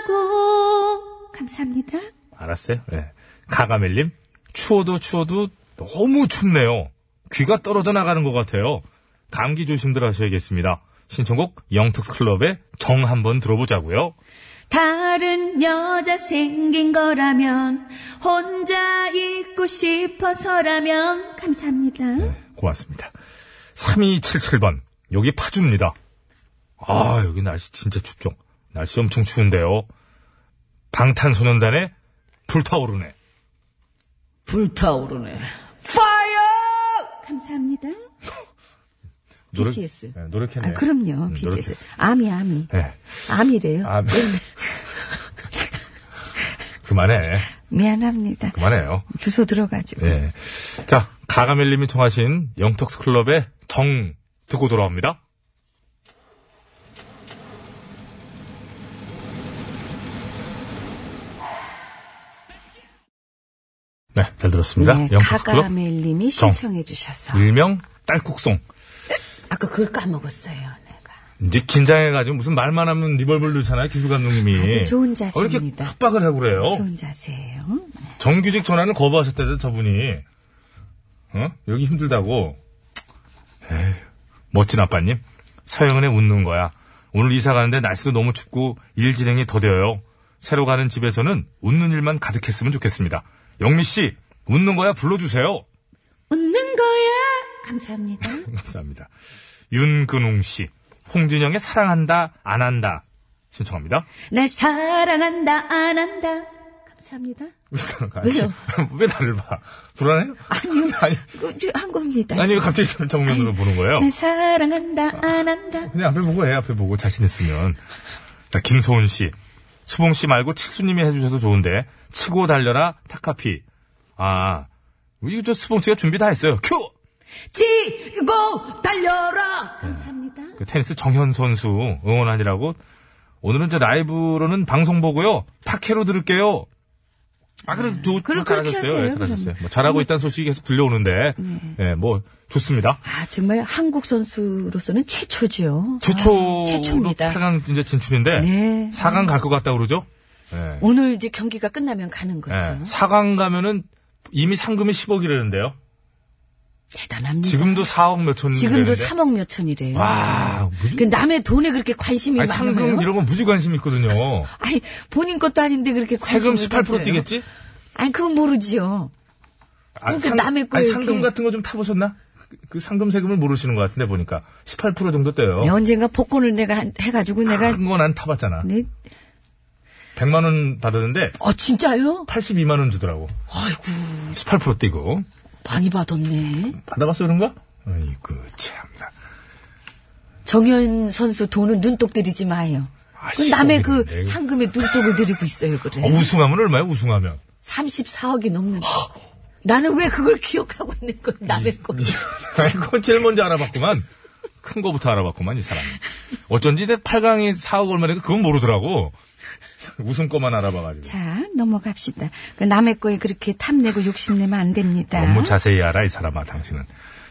S10: 인연이라고 감사합니다.
S1: 알았어요. 예. 가가멜님, 추워도 추워도 너무 춥네요. 귀가 떨어져 나가는 것 같아요. 감기 조심들 하셔야겠습니다. 신청곡 영특클럽의 정 한번 들어보자고요.
S2: 다른 여자 생긴 거라면 혼자 있고 싶어서라면 감사합니다.
S1: 네. 예, 고맙습니다. 3277번. 여기 파주입니다. 아, 여기 날씨 진짜 춥죠. 날씨 엄청 추운데요. 방탄소년단의 불타오르네.
S11: 불타오르네.
S10: 감사합니다.
S1: 노력,
S10: BTS.
S1: 예, 노력했네요.
S10: 아, 그럼요.
S1: 음,
S10: BTS.
S1: 노력했어요.
S10: 아미, 아미.
S1: 예.
S10: 아미래요.
S1: 아, *laughs* 그만해.
S10: 미안합니다.
S1: 그만해요.
S10: 주소 들어가지고.
S1: 예. 자, 가가멜님이 청하신 영턱스 클럽의 정 듣고 돌아옵니다. 네, 잘 들었습니다.
S10: 네,
S1: 영턱스 클럽
S10: 가가멜님이
S1: 정.
S10: 신청해 주셔서
S1: 일명 딸국송.
S10: 아까 그걸 까먹었어요. 네. 내가.
S1: 이제 긴장해가지고 무슨 말만 하면 리벌블 넣잖아요, 기술 감독님이.
S10: 아주
S1: 어,
S10: 좋은
S1: 이렇게
S10: 자세입니다. 그렇죠.
S1: 협박을 하고 그래요.
S10: 좋은 자세예요.
S1: 정규직 전환을 거부하셨다죠, 저분이. 어? 여기 힘들다고. 에휴, 멋진 아빠님. 서영은에 웃는 거야. 오늘 이사 가는데 날씨도 너무 춥고 일 진행이 더뎌요. 새로 가는 집에서는 웃는 일만 가득했으면 좋겠습니다. 영미 씨, 웃는 거야 불러주세요. *laughs*
S10: 웃는 거야. 감사합니다.
S1: 감사합니다. 윤근웅 씨, 홍진영의 사랑한다 안 한다 신청합니다.
S10: 날 사랑한다 안 한다. 감사합니다.
S1: 왜요? *laughs* 왜 나를 봐? 불안해요? 아니요. 아니,
S10: 그, 저, 한 겁니다.
S1: 아니 왜 갑자기 저를 정면으로 보는 거예요?
S10: 날 사랑한다 안 한다.
S1: 그냥 네, 앞에 보고 해, 앞에 보고 자신 있으면. 자, 김소은 씨. 수봉 씨 말고 칠수님이 해주셔도 좋은데, 치고 달려라, 타카피. 아, 이거 저 수봉 씨가 준비 다 했어요. 큐!
S11: 지고 달려라.
S10: 감사합니다.
S1: 그 테니스 정현 선수 응원하느라고. 오늘은 저 라이브로는 방송 보고요. 팟캐로 들을게요. 아, 그래, 좋,
S10: 네. 그럼 그렇게
S1: 잘하셨어요.
S10: 하세요, 음. 네.
S1: 예, 잘하셨어요. 뭐 잘하고 있다는 소식이 계속 들려오는데, 예, 뭐, 좋습니다.
S10: 아 정말 한국 선수로서는 아, 최초지요.
S1: 최초로
S11: 최초입니다.
S1: 8강 이제 진출인데,
S10: 네.
S1: 4강 갈 것 같다 그러죠? 예.
S10: 오늘 이제 경기가 끝나면 가는 거죠.
S1: 예, 사강 가면은 이미 상금이 10억이라는데요.
S10: 대단합니다.
S1: 지금도 4억 몇천.
S10: 지금도 3억 몇천이래요.
S1: 와, 무지,
S10: 그 남의 돈에 그렇게 관심이
S1: 아니,
S10: 많아요.
S1: 상금 이런 건 무지 관심 있거든요.
S10: 아니 본인 것도 아닌데 그렇게
S1: 세금
S10: 관심을
S1: 18%
S10: 가져요?
S1: 뛰겠지?
S10: 아니 그건 모르지요.
S1: 아,
S10: 그러니까 남의 거
S1: 아니,
S10: 이렇게.
S1: 상금 같은 거 좀 타보셨나? 그- 그 상금 세금을 모르시는 것 같은데 보니까 18% 정도 떼요.
S10: 네, 언젠가 복권을 내가 한- 해가지고 내가
S1: 큰 건 안 타봤잖아.
S10: 네.
S1: 100만 원 받았는데
S10: 아 진짜요?
S1: 82만 원 주더라고. 아이고. 18% 뛰고.
S10: 많이 받았네.
S1: 받아봤어 그런 거? 아이고 참나.
S10: 정현 선수 돈은 눈독 들이지 마요.
S1: 아,
S10: 그 남의 그
S1: 10억 이네.
S10: 상금에 눈독을 들이고 있어요 그래.
S1: 어, 우승하면 얼마야 우승하면?
S10: 34억이 넘는데. 나는 왜 그걸 기억하고 있는 건 남의 거.
S1: 아니, 그건 제일 먼저 알아봤구만. 큰 거부터 알아봤구만, 이 사람. 어쩐지 이제 8강이 4억 얼마니까 그건 모르더라고. 웃음 거만 알아봐가지고.
S10: 자 넘어갑시다. 그 남의 거에 그렇게 탐내고 욕심내면 안 됩니다.
S1: 너무 자세히 알아, 이 사람아, 당신은.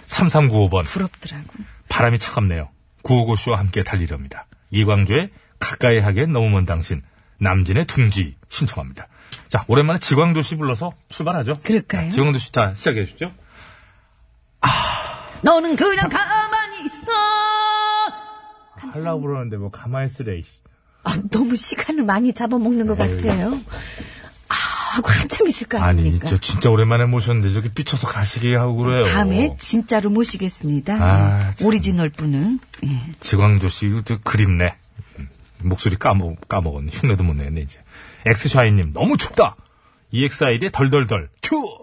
S1: 3395번.
S10: 부럽더라고.
S1: 바람이 차갑네요. 구호고쇼와 함께 달리렵니다. 이광조의 가까이 하기엔 너무 먼 당신. 남진의 둥지 신청합니다. 자, 오랜만에 지광조 씨 불러서 출발하죠.
S10: 그럴까요?
S1: 자, 지광조 씨, 자, 시작해 주시죠.
S10: 너는 그냥 가만히 있어.
S1: 하려고 그러는데 뭐 가만히 있으래, 이씨.
S10: 아, 너무 시간을 많이 잡아먹는 것
S1: 에이.
S10: 같아요. 아, 하고 한참 있을 거
S1: 아니,
S10: 아닙니까?
S1: 저 진짜 오랜만에 모셨는데 저렇게 삐쳐서 가시게 하고 그래요.
S10: 다음에 진짜로 모시겠습니다. 예,
S1: 아, 참.
S10: 오리지널 분을. 예.
S1: 지광조 씨, 이거 저 그립네. 음, 목소리 까먹, 까먹었네. 흉내도 못 내네, 이제. 엑스샤이님, 너무 춥다! EXID의 덜덜덜, 큐!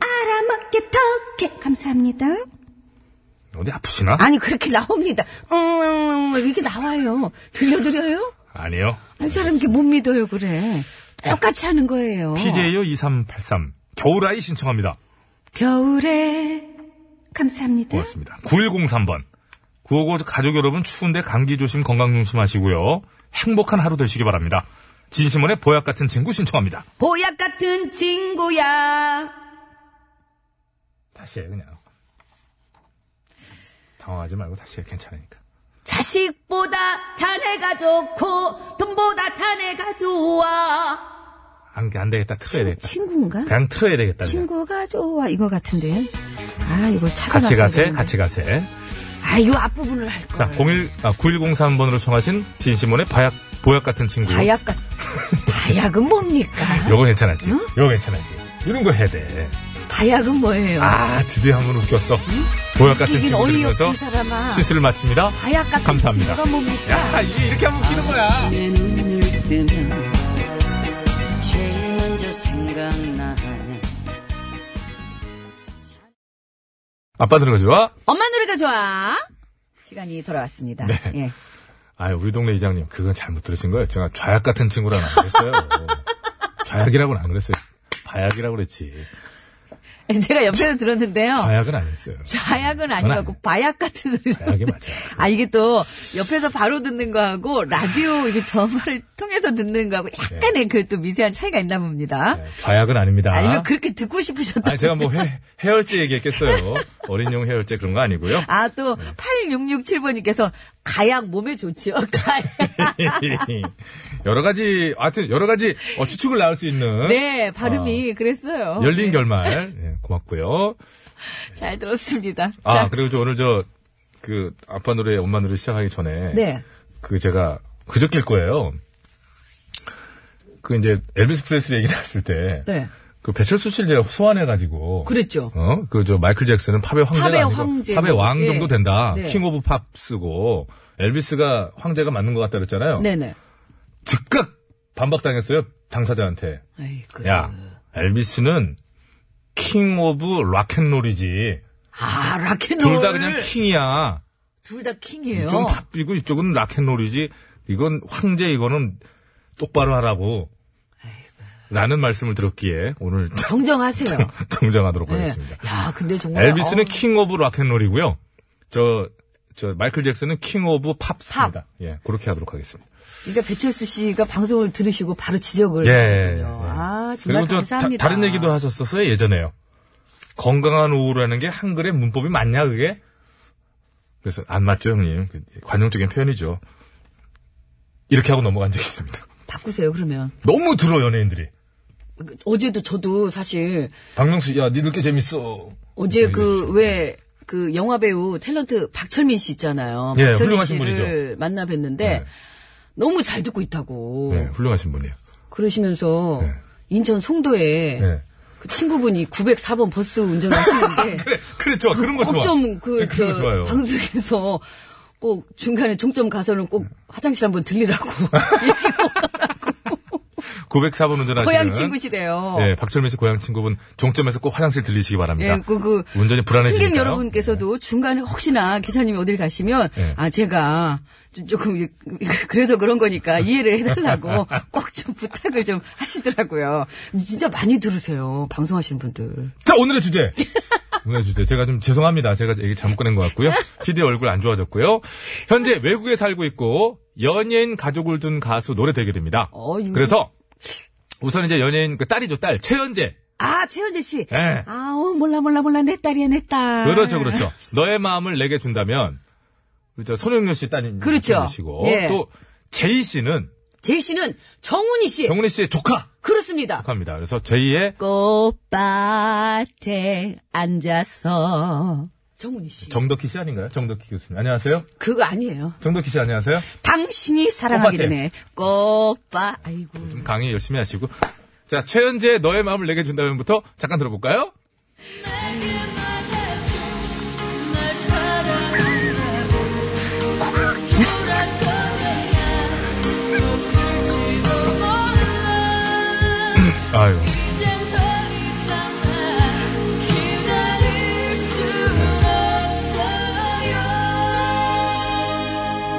S10: 알아맞게 터게 감사합니다. 음,
S1: 어디 아프시나?
S2: 아니 그렇게 나옵니다. 응, 응, 응, 이렇게 나와요. 들려드려요?
S1: 아니요.
S2: 아니 사람 이렇게 못 믿어요 그래. 똑같이 하는 거예요.
S10: 어.
S1: PJ요 2383 겨울아이 신청합니다.
S2: 겨울에 감사합니다.
S1: 고맙습니다. 9103번. 955 가족 여러분 추운데 감기 조심 건강 조심하시고요. 행복한 하루 되시기 바랍니다. 진심원의 보약 같은 친구 신청합니다.
S10: 보약 같은 친구야.
S1: 다시 해 그냥. 당황하지 말고 다시 해 괜찮으니까.
S10: 자식보다 자네가 좋고 돈보다 자네가 좋아.
S1: 안, 안 되겠다 틀어야 되겠다.
S2: 친구인가?
S1: 그냥 틀어야 되겠다. 그냥.
S2: 친구가 좋아 이거 같은데. 아 이걸 찾아봤어.
S1: 같이 가세 같이 가세.
S2: 아이 앞부분을 할 거.
S1: 자 01, 아, 9103번으로 청하신 진심원의 바약 보약 같은 친구.
S2: 바약 같. 바약은 뭡니까?
S1: 요거 괜찮았지. 요거 괜찮았지. 이런 거 해야 돼.
S2: 바약은 뭐예요?
S1: 아 드디어 한 번 웃겼어. 보약 같은
S2: 이긴
S1: 친구 들으면서
S2: 어이없은 사람아.
S1: 시스를 마칩니다.
S2: 바약 같은
S1: 감사합니다.
S2: 친구가 뭡니까?
S1: 야 이게 이렇게 하면 웃기는 거야.
S12: 내 눈을 뜨면 제일 먼저 생각나는
S1: 아빠 들은 거 좋아?
S10: 엄마 노래가 좋아. 시간이 돌아왔습니다.
S1: 네.
S10: 예.
S1: 아 우리 동네 이장님 그건 잘못 들으신 거예요. 제가 좌약 같은 친구라는 안 *laughs* 그랬어요. 좌약이라고는 안 그랬어요. 바약이라고 그랬지.
S10: 예. 제가 옆에서 들었는데요.
S1: 바약은 아니었어요.
S10: 좌약은 아니고
S1: 아니에요.
S10: 바약 같은
S1: 바약이
S10: 소리라는데.
S1: 맞아요.
S10: 아 이게 또 옆에서 바로 듣는 거하고 라디오 이게 전화를 통해서 듣는 거하고 약간의 그 또 미세한 차이가 있나 봅니다.
S1: 네, 좌약은 아닙니다.
S10: 아니면 그렇게 듣고 싶으셨다.
S1: 아니, 제가 뭐 해, 해열제 얘기했겠어요. 어린용 해열제 그런 거 *laughs* 아니고요.
S10: 아, 또,
S1: 네.
S10: 8667번님께서, 가약 몸에 좋지요, *laughs* 가약.
S1: 여러 가지, 하여튼 여러 가지 어, 추측을 낳을 수 있는
S10: 네, 발음이 그랬어요.
S1: 아. 열린
S10: 네,
S1: 결말 예, 고맙고요.
S10: 잘 들었습니다.
S1: 아
S10: 자,
S1: 그리고 저 오늘 저 그 아빠 노래 엄마 노래 시작하기 전에
S10: 네.
S1: 그 제가 그저께일 거예요. 그 이제 엘비스 프레슬리 얘기 나왔을 때.
S10: 네.
S1: 그 배철수 씨를 제가 소환해가지고.
S10: 그랬죠.
S1: 어? 그 저 마이클 잭슨은 팝의 황제가
S10: 팝의
S1: 아니고
S10: 황제.
S1: 팝의 왕
S10: 예.
S1: 정도 된다.
S10: 네.
S1: 킹 오브 팝 쓰고 엘비스가 황제가 맞는 것 같다 그랬잖아요.
S10: 네네.
S1: 즉각 반박당했어요. 당사자한테.
S10: 아이고.
S1: 야, 엘비스는 킹 오브 락앤롤이지.
S10: 아, 라켓놀.
S1: 둘 다 그냥 킹이야.
S10: 둘다 킹이에요.
S1: 이쪽은 팝이고 이쪽은 락앤롤이지. 이건 황제 이거는 똑바로 하라고. 라는 말씀을 들었기에 오늘
S10: 정정하세요.
S1: 정정하도록
S10: 네.
S1: 하겠습니다.
S10: 야, 근데 정말.
S1: 엘비스는
S10: 어,
S1: 킹 오브 락앤롤이고요. 저, 저 마이클 잭슨은 킹 오브 팝스입니다. 예, 그렇게 하도록 하겠습니다.
S10: 그러니까 배철수 씨가 방송을 들으시고 바로 지적을.
S1: 예,
S10: 하거든요.
S1: 예, 예.
S10: 아, 정말
S1: 그리고 저
S10: 감사합니다.
S1: 다, 른 얘기도 하셨었어요 예전에요. 건강한 오후라는 게 한글의 문법이 맞냐 그게? 그래서 안 맞죠 형님. 그 관용적인 표현이죠. 이렇게 하고 넘어간 적이 있습니다.
S10: 바꾸세요, 그러면.
S1: 너무 들어 연예인들이.
S10: 어제도 저도 사실
S1: 박명수 야 니들 꽤 재밌어.
S10: 어제
S1: 예,
S10: 그, 왜, 그 영화배우 탤런트 박철민 씨 있잖아요.
S1: 예,
S10: 박철민
S1: 훌륭하신
S10: 씨를 만나 뵀는데
S1: 네.
S10: 너무 잘 듣고 있다고
S1: 네, 훌륭하신 분이에요.
S10: 그러시면서
S1: 네.
S10: 인천 송도에
S1: 네.
S10: 그 친구분이 904번 버스
S1: *laughs*
S10: 운전하시는데
S1: 그래, 그래 좋아 그런 거 좋아.
S10: 어쩜
S1: 네, 그런
S10: 그, 저,
S1: 거 좋아요.
S10: 방송에서 꼭 중간에 종점 가서는 꼭
S1: 음.
S10: 화장실 한번 들리라고
S1: 아,
S10: 얘기하고 가라고
S1: 904번 운전하시는
S10: 고향 친구시래요.
S1: 예, 박철민 씨 고향 친구분 종점에서 꼭 화장실 들리시기 바랍니다.
S10: 예, 그, 그,
S1: 운전이 불안해지니까요. 네.
S10: 승객 여러분께서도 중간에 혹시나 기사님이 어딜 가시면,
S1: 네.
S10: 아, 제가 좀- 조금, 이- 그래서 그런 거니까 이해를
S1: *laughs*
S10: 해달라고 꼭 좀 부탁을 좀 하시더라고요. 진짜 많이 들으세요. 방송하시는 분들.
S1: 자, 오늘의
S10: *laughs*
S1: 주제. 오늘의 주제. 제가 좀 죄송합니다. 제가 얘기 잘못 꺼낸 것 같고요. 피디 얼굴 안 좋아졌고요. 현재 외국에 살고 있고 연예인 가족을 둔 가수 노래 대결입니다.
S10: 어, 이거-
S1: 그래서 우선 이제 연예인 그 딸이죠. 딸 최연재.
S2: 아 최현재 씨.
S1: 예.
S2: 아 어, 몰라 몰라 몰라 내 딸이야 내 딸.
S1: 그렇죠, 그렇죠. 너의 마음을 내게 준다면 그렇죠. 손흥민 씨 따님
S10: 그렇죠.
S1: 시고
S10: 예.
S1: 또 제이 씨는
S10: 제이 씨는 정훈이 씨.
S1: 정훈이 씨의 조카.
S10: 그렇습니다.
S1: 합니다. 그래서 제이의
S10: 꽃밭에 앉아서. 정훈이 씨.
S1: 정덕희 씨 아닌가요? 정덕희 교수님. 안녕하세요.
S10: 그거 아니에요. 네.
S1: 정덕희 씨 안녕하세요.
S10: 당신이 사랑하기
S1: 꽃밭에.
S10: 전에 꽃밭. 아이고.
S1: 좀 강의 열심히 하시고. 자, 최현재 너의 마음을 내게 준다면부터 잠깐 들어볼까요? 아유.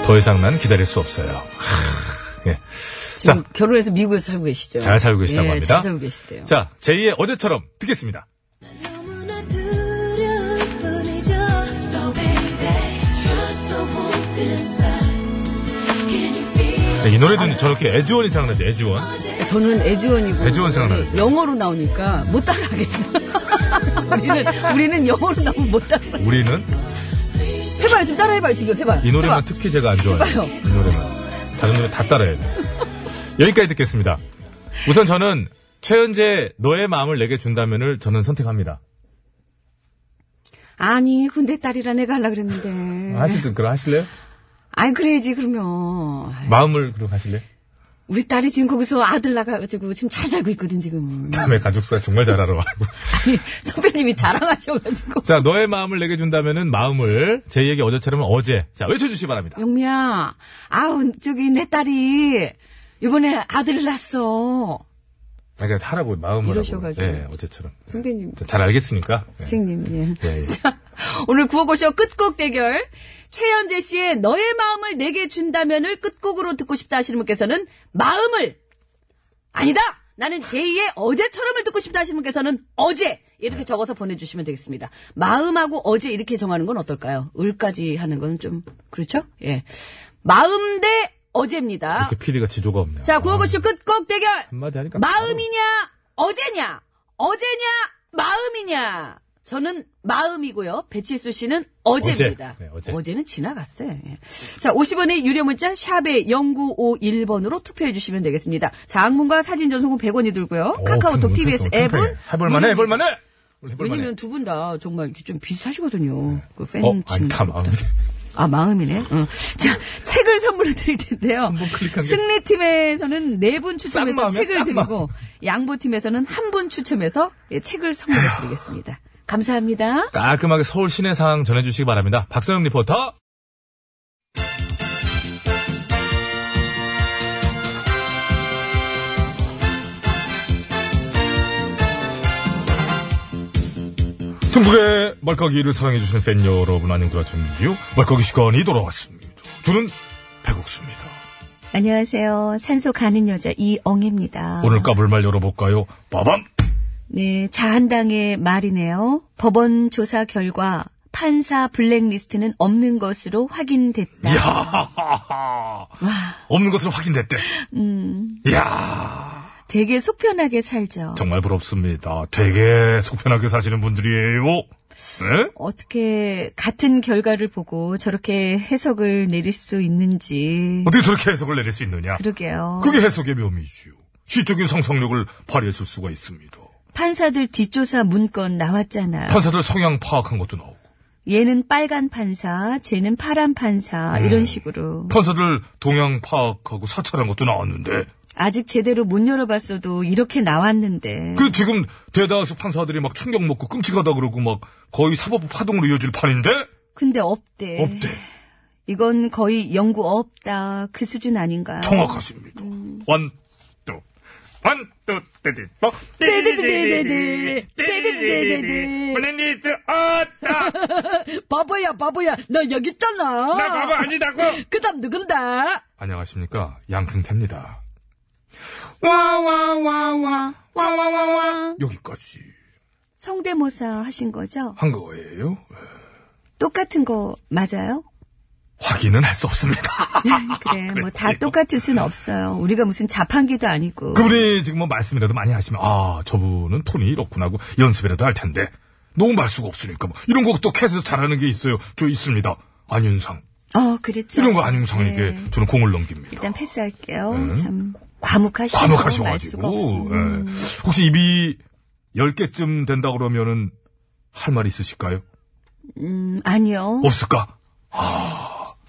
S1: 더 이상 난 기다릴 수 없어요. 하, 예.
S2: 지금 결혼해서 미국에서 살고 계시죠?
S1: 잘 살고
S10: 네,
S1: 계시다고
S2: 예,
S1: 합니다.
S2: 잘 살고 계시대요.
S1: 자, 제2의 어제처럼 듣겠습니다.
S5: 너무나 두려울 뿐이죠 So baby Trust the hope inside Can you feel
S1: 네, 이 노래는 저렇게 애지원이 생각나죠, 애지원.
S2: 저는 애지원이고 예,
S1: 애지원 생각나는데.
S2: 영어로 나오니까 못 따라하겠어. *laughs* 우리는 우리는 영어로 나오면 못 따라.
S1: 우리는
S2: 해봐요, 좀 따라해봐요, 지금 해봐요.
S1: 이 노래만
S2: 해봐.
S1: 특히 제가 안 좋아해요.
S2: 해봐요.
S1: 이 노래만. 다른 노래 다 따라해야 돼요. 여기까지 듣겠습니다. 우선 저는 최현재 너의 마음을 내게 준다면을 저는 선택합니다.
S10: 아니, 군대 딸이라 내가 하려고
S8: 음.
S10: 그랬는데.
S1: 하시든 그럼 하실래요?
S10: 아니, 그래야지, 그러면. 아이,
S1: 마음을 그럼 하실래요?
S10: 우리 딸이 지금 거기서 아들 낳아가지고 지금 잘 살고 있거든, 지금.
S1: 다음에 가족사 정말 잘 알아.
S2: 아니,
S8: *laughs*
S2: 선배님이 자랑하셔가지고.
S1: 자, 너의 마음을 내게 준다면은 마음을 제 얘기 어제처럼 어제. 자, 외쳐주시기 바랍니다.
S10: 영미야, 아우, 저기 내 딸이 이번에 아들을 낳았어.
S1: 아, 그러니까 하라고 마음을.
S10: 이러셔가지고.
S1: 하고. 예, 어제처럼. 예.
S10: 선배님.
S1: 자, 잘 알겠으니까. 예.
S10: 선생님, 예.
S1: 예, 예.
S8: 오늘 구호고쇼 끝곡 대결. 최현재 씨의 너의 마음을 내게 준다면을 끝곡으로 듣고 싶다 하시는 분께서는 마음을 아니다. 나는 제2의 어제처럼을 듣고 싶다 하시는 분께서는 어제 이렇게 적어서 보내주시면 되겠습니다. 마음하고 어제 이렇게 정하는 건 어떨까요? 을까지 하는 건 좀 그렇죠? 예. 마음 대 어제입니다.
S1: 이렇게 PD가 지조가 없네요.
S8: 자 구호고쇼 끝곡 대결.
S1: 한마디 하니까.
S8: 마음이냐 어제냐 어제냐 마음이냐 저는 마음이고요. 배칠수 씨는 어제입니다.
S1: 어제. 네, 어제.
S8: 는 지나갔어요. 예. 자, 50원의 유료 문자 샵에 0951번으로 투표해 주시면 되겠습니다. 장문과 사진 전송은 100원이 들고요.
S1: 오,
S8: 카카오톡
S1: 큰
S8: TBS
S1: 큰 큰
S8: 앱은
S1: 해볼만해, 해볼만해! 해볼만해.
S8: 왜냐면 두 분 다 정말 이렇게 좀 비슷하시거든요. 그
S1: 어,
S8: 팬층.
S1: 아니다, 마음이.
S8: 아, 마음이네. 어. 자, 책을 선물로 드릴 텐데요.
S1: 클릭한 게-
S8: 승리팀에서는 네 분 추첨해서
S1: 쌍마음이야,
S8: 책을
S1: 쌍마음.
S8: 드리고, 양보팀에서는 한 분 추첨해서 예, 책을 선물로 드리겠습니다. 감사합니다.
S1: *laughs* 깔끔하게 서울 시내 상황 전해주시기 바랍니다. 박서영 리포터. 중국의 말까기를 사랑해주시는 팬 여러분 안녕 돌아왔는지요? 말까기 시간이 돌아왔습니다. 저는 백옥수입니다.
S10: 안녕하세요. 산소 가는 여자 이엉입니다.
S1: 오늘 까불 말 열어볼까요? 빠밤!
S10: 네, 자한당의 말이네요. 법원 조사 결과 판사 블랙리스트는 없는 것으로 확인됐다.
S1: 이야 없는 것으로 확인됐대. 이야
S10: 음, 되게 속편하게 살죠.
S1: 정말 부럽습니다. 되게 속편하게 사시는 분들이에요. 네?
S10: 어떻게 같은 결과를 보고 저렇게 해석을 내릴 수 있는지.
S1: 어떻게 저렇게 해석을 내릴 수 있느냐?
S10: 그러게요.
S1: 그게 해석의 묘미지요. 시적인 상상력을 발휘했을 수가 있습니다.
S10: 판사들 뒷조사 문건 나왔잖아요.
S1: 판사들 성향 파악한 것도 나오고,
S10: 얘는 빨간 판사, 쟤는 파란 판사
S1: 음.
S10: 이런 식으로
S1: 판사들 동향 파악하고 사찰한 것도 나왔는데,
S10: 아직 제대로 못 열어봤어도 이렇게 나왔는데
S1: 그 지금 대다수 판사들이 막 충격 먹고 끔찍하다 그러고 막 거의 사법 파동으로 이어질 판인데
S10: 근데 없대.
S1: 없대.
S10: 이건 거의 연구 없다 그 수준 아닌가요?
S1: 정확하십니다. 완뚜 완뚜 떼디뽀 떼디디디디디 떼디디디디디 블랙리스트 아, 왔다
S2: 바보야, 바보야, 너 여기 있잖아.
S1: 나 바보 아니다고
S2: 그 다음 누군다?
S1: 안녕하십니까 양승태입니다. 와와와와 와와와와 여기까지
S10: 성대모사 하신 거죠?
S1: 한 거예요.
S10: 똑같은 거 맞아요?
S1: 확인은 할 수 없습니다. *laughs*
S10: 그래 뭐 다
S1: 아, 그랬어요.
S10: 똑같을 순 없어요. 우리가 무슨 자판기도 아니고
S1: 그분이 지금 뭐 말씀이라도 많이 하시면 아 저분은 톤이 이렇구나 하고 연습이라도 할 텐데 녹음할 수가 없으니까 뭐 이런 것도 캐서 잘하는 게 있어요. 저 있습니다. 안윤상
S10: 어 그렇죠.
S1: 이런 거 안윤상에게
S10: 네.
S1: 저는 공을 넘깁니다.
S10: 일단 패스할게요.
S1: 네.
S10: 참 과묵하시고 말 수가
S1: 과묵하셔가지고
S10: 없음.
S1: 예. 혹시 입이 10개쯤 된다 그러면은 할 말 있으실까요?
S10: 음, 아니요.
S1: 없을까?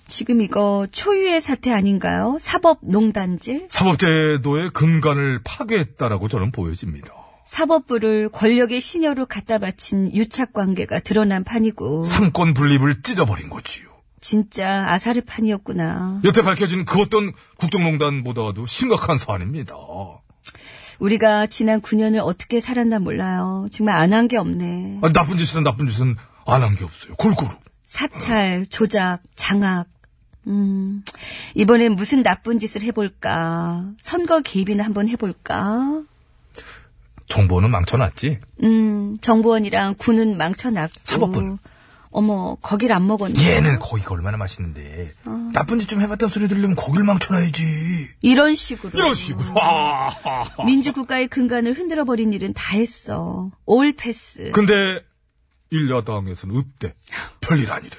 S10: 지금 이거 초유의 사태 아닌가요? 사법농단질?
S1: 사법제도의 근간을 파괴했다라고 저는 보여집니다.
S10: 사법부를 권력의 신여로 갖다 바친 유착관계가 드러난 판이고
S1: 삼권 분립을 찢어버린 거지요.
S10: 진짜 아사르 판이었구나.
S1: 여태 밝혀진 그 어떤 국정농단보다도 심각한 사안입니다.
S10: 우리가 지난 9년을 어떻게 살았나 몰라요. 정말 안 한 게 없네.
S1: 아, 나쁜 짓은 나쁜 짓은 안 한 게 없어요. 골고루.
S10: 사찰, 조작, 장악,
S2: 음, 이번엔 무슨 나쁜 짓을 해볼까? 선거 개입이나 한번 해볼까?
S1: 정보는 망쳐놨지.
S2: 음, 정보원이랑 군은 망쳐놨고.
S13: 사법부는?
S2: 어머, 거길 안 먹었네.
S1: 예.
S13: 얘는 거기가 얼마나 맛있는데.
S10: 어.
S14: 나쁜 짓 좀 해봤다는 소리 들리면 거길 망쳐놔야지.
S2: 이런 식으로.
S1: 이런 식으로. 아, 아, 아.
S2: 민주국가의 근간을 흔들어버린 일은 다 했어. 올 패스.
S1: 근데 일야당에서는 없대.
S14: 별일 아니래.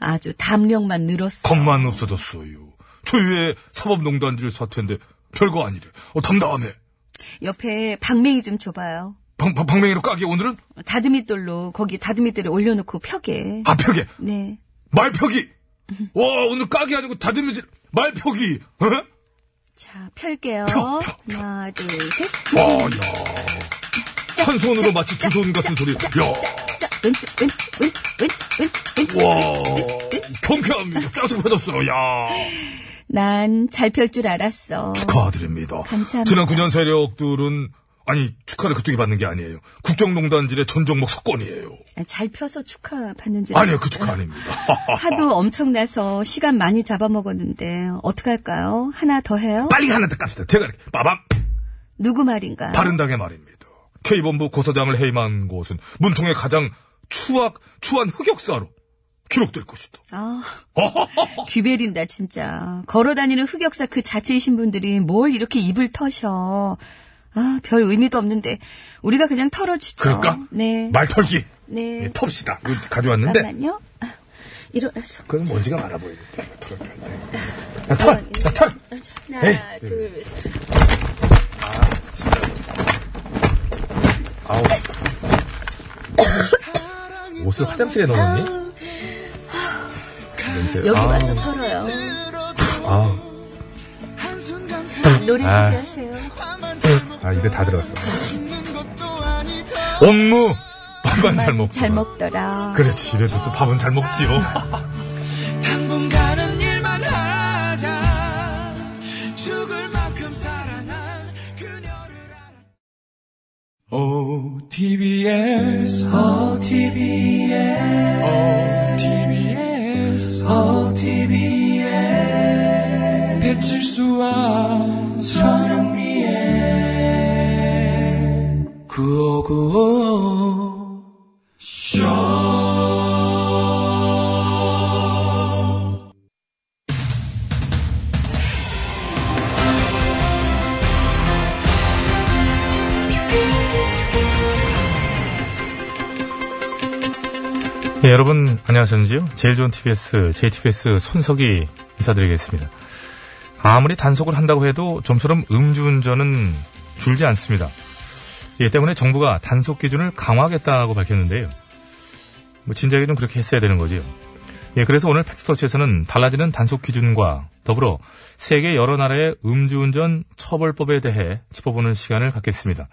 S2: 아주 담력만 늘었어.
S14: 겁만 없어졌어요. 초유의 사법농단질 사태인데 별거 아니래. 어, 담담해.
S2: 옆에 방맹이 좀 줘봐요.
S14: 방, 방, 방맹이로 까기 오늘은
S2: 다듬이돌로 거기 다듬이돌에 올려놓고 펴게.
S14: 아표기
S2: 네.
S14: 말표기. 와 오늘 까기 아니고 다듬이질 말표기. 어?
S2: 자, 펼게요.
S14: 펴, 펴, 펴.
S2: 하나, 둘, 셋.
S14: 와야.
S1: 한 손으로 마치 두 손 같은 소리. 야,
S2: 자, 왼쪽, 왼쪽, 왼쪽, 왼쪽, 왼쪽, 왼쪽.
S1: 와, 경쾌합니다. 쫙쫙해졌어 야,
S2: 난 잘 펼 줄 알았어.
S1: 축하드립니다.
S2: 감사합니다.
S1: 지난 9년 세력들은 아니 축하를 그쪽이 받는 게 아니에요. 국정농단질의 전정목 석권이에요.
S2: 아, 잘 펴서 축하 받는 줄.
S1: 아니요,
S2: 알았어요.
S1: 그 축하 아닙니다.
S2: *laughs* 하도 엄청나서 시간 많이 잡아먹었는데 어떡할까요? 하나 더 해요?
S1: 빨리 하나 더 깝시다. 제가 이렇게 빠밤
S2: 누구 말인가?
S1: 바른당의 말입니다. K본부 고서장을 해임한 곳은 문통의 가장 추악 추한 흑역사로 기록될 것이다.
S2: 아,
S1: 어.
S2: 귀베린다 진짜. 걸어다니는 흑역사 그 자체이신 분들이 뭘 이렇게 입을 터셔. 아, 별 의미도 없는데 우리가 그냥 털어주죠.
S1: 그럴까?
S2: 네.
S1: 말털기.
S2: 네.
S1: 예, 텁시다. 이거 가져왔는데
S2: 잠깐만요. 아, 일어나서.
S1: 그건 먼지가 많아 보이는데.
S2: 아, 하나, 둘, 셋.
S1: 옷을 화장실에 넣었니?
S2: 아, 여기 와서 털어요.
S1: 아,
S2: 노래 준비하세요.
S1: 아 입에 다 들어갔어.
S4: 아.
S1: 업무 밥만 잘 먹고.
S2: 잘 먹더라.
S1: 그렇지. 이래도 또 밥은 잘 먹지요.
S4: 당분간은 일만 하자 죽을 만큼 사랑한 그녀를 알아 OTBS OTBS OTBS OTBS 배칠수와 전영미의 9595
S1: 예, 여러분 안녕하셨는지요? 제일 좋은 TBS, JTBS 손석희 인사드리겠습니다. 아무리 단속을 한다고 해도 좀처럼 음주운전은 줄지 않습니다. 이 때문에 정부가 단속 기준을 강화하겠다고 밝혔는데요. 뭐 진작에 좀 그렇게 했어야 되는 거지요. 예, 그래서 오늘 팩스터치에서는 달라지는 단속 기준과 더불어 세계 여러 나라의 음주운전 처벌법에 대해 짚어보는 시간을 갖겠습니다.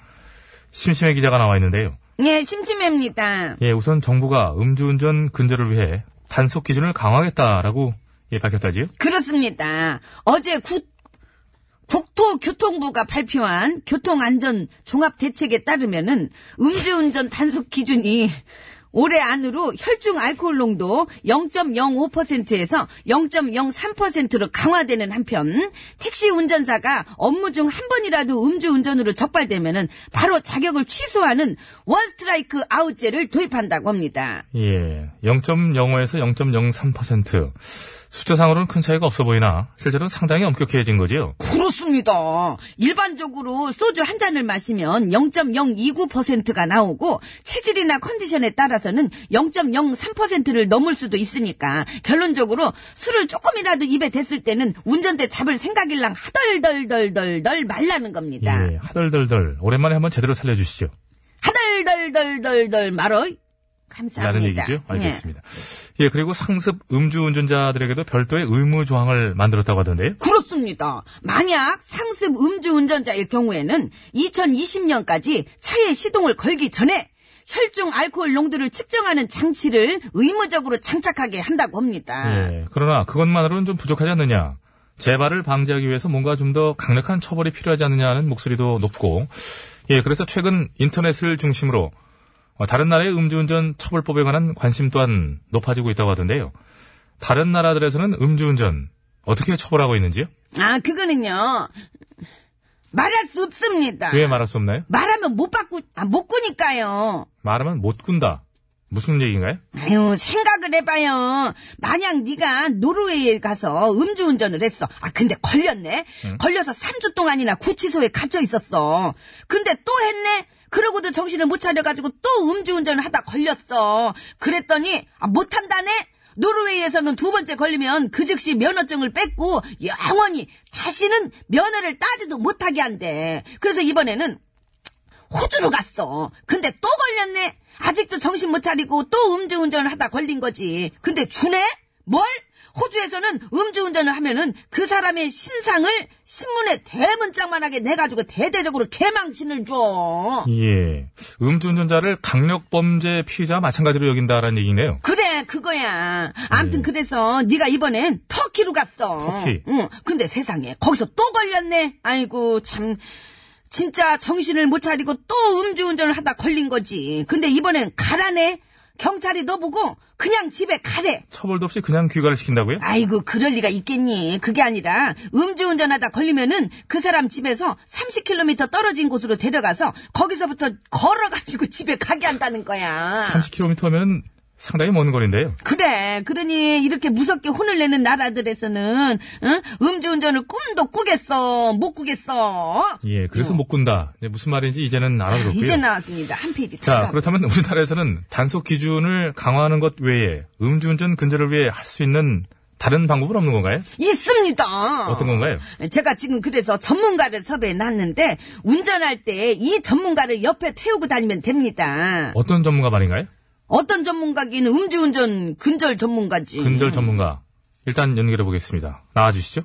S1: 심심해 기자가 나와 있는데요.
S10: 예, 심심합니다.
S1: 예, 우선 정부가 음주운전 근절을 위해 단속 기준을 강화하겠다라고 예, 밝혔다지요?
S10: 그렇습니다. 어제 국 국토교통부가 발표한 교통안전 종합대책에 따르면은 음주운전 단속 기준이 올해 안으로 혈중 알코올 농도 0.05%에서 0.03%로 강화되는 한편 택시 운전사가 업무 중 한 번이라도 음주운전으로 적발되면은 바로 자격을 취소하는 원스트라이크 아웃제를 도입한다고 합니다.
S1: 예, 0.05에서 0.03%. 숫자상으로는 큰 차이가 없어 보이나 실제로는 상당히 엄격해진 거지요.
S10: 그렇습니다. 일반적으로 소주 한 잔을 마시면 0.029%가 나오고 체질이나 컨디션에 따라서는 0.03%를 넘을 수도 있으니까 결론적으로 술을 조금이라도 입에 댔을 때는 운전대 잡을 생각일랑 하덜덜덜덜덜 말라는 겁니다.
S1: 예, 하덜덜덜. 오랜만에 한번 제대로 살려주시죠.
S10: 하덜덜덜덜덜 말어.
S1: 라는
S10: 감사합니다.
S1: 얘기죠? 알겠습니다. 예, 그리고 상습 음주운전자들에게도 별도의 의무 조항을 만들었다고 하던데요.
S10: 그렇습니다. 만약 상습 음주운전자일 경우에는 2020년까지 차에 시동을 걸기 전에 혈중 알코올 농도를 측정하는 장치를 의무적으로 장착하게 한다고 합니다.
S1: 예, 그러나 그것만으로는 좀 부족하지 않느냐. 재발을 방지하기 위해서 뭔가 좀 더 강력한 처벌이 필요하지 않느냐는 목소리도 높고, 예, 그래서 최근 인터넷을 중심으로 어, 다른 나라의 음주운전 처벌법에 관한 관심 또한 높아지고 있다고 하던데요. 다른 나라들에서는 음주운전 어떻게 처벌하고 있는지요?
S10: 아, 그거는요. 말할 수 없습니다.
S1: 왜 말할 수 없나요?
S10: 말하면 못 받고, 아, 못 꾸니까요.
S1: 말하면 못 군다. 무슨 얘기인가요?
S10: 아유, 생각을 해봐요. 만약 네가 노르웨이에 가서 음주운전을 했어. 아, 근데 걸렸네. 걸려서 3주 동안이나 구치소에 갇혀 있었어. 근데 또 했네. 그러고도 정신을 못 차려가지고 또 음주운전을 하다 걸렸어. 그랬더니 아, 못한다네. 노르웨이에서는 두 번째 걸리면 그 즉시 면허증을 뺏고 영원히 다시는 면허를 따지도 못하게 한대. 그래서 이번에는 호주로 갔어. 근데 또 걸렸네. 아직도 정신 못 차리고 또 음주운전을 하다 걸린 거지. 근데 주네? 뭘? 호주에서는 음주운전을 하면은 그 사람의 신상을 신문에 대문짝만하게 내가지고 대대적으로 개망신을 줘.
S1: 예. 음주운전자를 강력범죄 피의자 마찬가지로 여긴다라는 얘기네요.
S10: 그래 그거야. 암튼 그래서 네가 이번엔 터키로 갔어.
S1: 터키.
S10: 응. 근데 세상에 거기서 또 걸렸네. 아이고 참. 진짜 정신을 못 차리고 또 음주운전을 하다 걸린 거지. 근데 이번엔 가라네. 경찰이 너 보고 그냥 집에 가래.
S1: 처벌도 없이 그냥 귀가를 시킨다고요?
S10: 아이고 그럴 리가 있겠니. 그게 아니라 음주운전하다 걸리면은 그 사람 집에서 30km 떨어진 곳으로 데려가서 거기서부터 걸어가지고 *laughs* 집에 가게 한다는 거야.
S1: 30km면 상당히 먼 거리인데요.
S10: 그래. 그러니 이렇게 무섭게 혼을 내는 나라들에서는 응? 음주운전을 꿈도 꾸겠어. 못 꾸겠어.
S1: 예, 그래서 못 군다. 이제 무슨 말인지 이제는 알아들었고요.
S10: 이제 나왔습니다. 한 페이지
S1: 자,
S10: 다
S1: 그렇다면 우리나라에서는 단속 기준을 강화하는 것 외에 음주운전 근절을 위해 할 수 있는 다른 방법은 없는 건가요?
S10: 있습니다.
S1: 어떤 건가요?
S10: 제가 지금 그래서 전문가를 섭외해 놨는데 운전할 때 이 전문가를 옆에 태우고 다니면 됩니다.
S1: 어떤 전문가 말인가요?
S10: 어떤 전문가긴 음주운전 근절 전문가지.
S15: 음.
S1: 근절 전문가. 일단 연결해 보겠습니다. 나와 주시죠.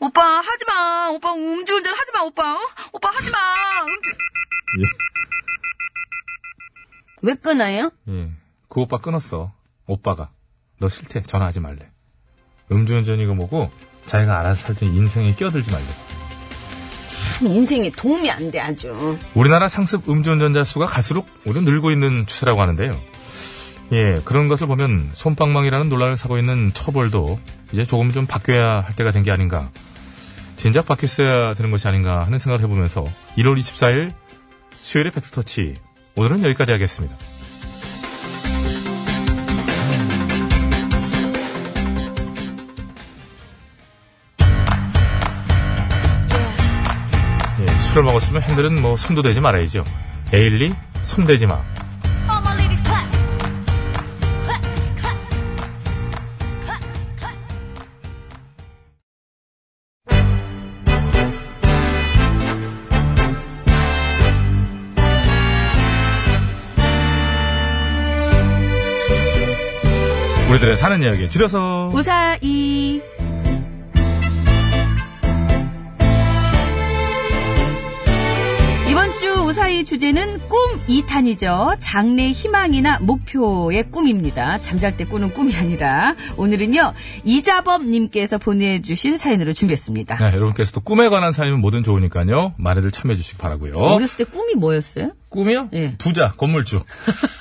S15: 오빠 하지마 오빠 음주운전 하지마 오빠 어? 오빠
S1: *laughs*
S15: 하지마
S1: 예.
S10: 왜 끊어요?
S1: 예. 그 오빠 끊었어. 오빠가. 너 싫대. 전화하지 말래. 음주운전이고 뭐고 자기가 알아서 살던 인생에 끼어들지 말래.
S10: 참 인생에 도움이 안 돼 아주.
S1: 우리나라 상습 음주운전자 수가 갈수록 오히려 늘고 있는 추세라고 하는데요. 예, 그런 것을 보면 솜방망이라는 논란을 사고 있는 처벌도 이제 조금 좀 바뀌어야 할 때가 된 게 아닌가. 진작 바뀌었어야 되는 것이 아닌가 하는 생각을 해보면서 1월 24일 수요일의 팩스터치 오늘은 여기까지 하겠습니다. 예, 술을 먹었으면 핸들은 뭐 손도 대지 말아야죠. 에일리 손 대지 마. 우리들의 사는 이야기 줄여서
S15: 우사이 이번 주 우사이 주제는 꿈 2탄이죠. 장래 희망이나 목표의 꿈입니다. 잠잘 때 꾸는 꿈이 아니라 오늘은요. 이자범님께서 보내주신 사연으로 준비했습니다.
S1: 네, 여러분께서도 꿈에 관한 사연은 뭐든 좋으니까요. 많이들 참여해 주시기 바라고요.
S15: 어렸을 때 꿈이 뭐였어요?
S1: 꿈이요?
S15: 예.
S1: 부자, 건물주.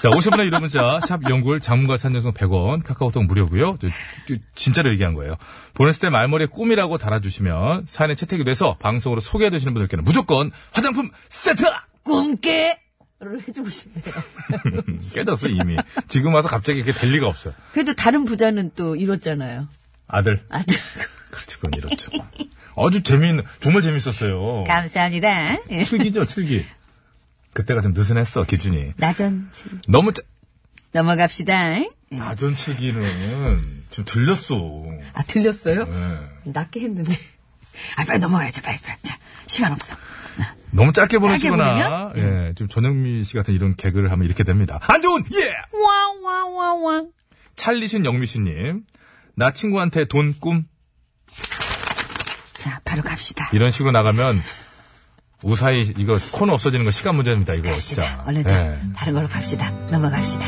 S1: 자, 50원의 이름 문자, 샵 연구일, 장문과 산전송 100원, 카카오톡 무료고요. 저, 저, 진짜로 얘기한 거예요. 보냈을 때 말머리에 꿈이라고 달아주시면 사연에 채택이 돼서 방송으로 소개되시는 분들께는 무조건 화장품 세트!
S15: 꿈깨! 를 해주고 싶네요.
S1: 깨졌어, 이미. 지금 와서 갑자기 이렇게 될 리가 없어.
S15: 그래도 다른 부자는 또 이뤘잖아요.
S1: 아들.
S15: 아들.
S1: 그렇지, 그건 이렇죠. 아주 재미있는, 정말 재밌었어요.
S15: 감사합니다. 예.
S1: 칠기죠, 칠기. 그때가 좀 느슨했어, 기준이.
S15: 나전 칠.
S1: 너무 짜- 아,
S15: 넘어갑시다. 예.
S1: 나전 칠기는 지금 들렸어.
S15: 아, 들렸어요?
S1: 예.
S15: 낮게 했는데. 아, 빨리 넘어가야지, 빨리, 빨리. 자, 시간 없어.
S1: 너무 짧게
S15: 보내면?
S1: 보내시거나, 예, 좀 전영미 씨 같은 이런 개그를 하면 이렇게 됩니다. 안 좋은, 예!
S15: 와, 와, 와, 와.
S1: 찰리신 영미 씨님, 나 친구한테 돈, 꿈,
S15: 자, 바로 갑시다.
S1: 이런 식으로 나가면, 우사히, 이거 코너 없어지는 거 시간 문제입니다, 이거 진짜.
S15: 아, 갑시다. 얼른 자,
S1: 예.
S15: 다른 걸로 갑시다. 넘어갑시다.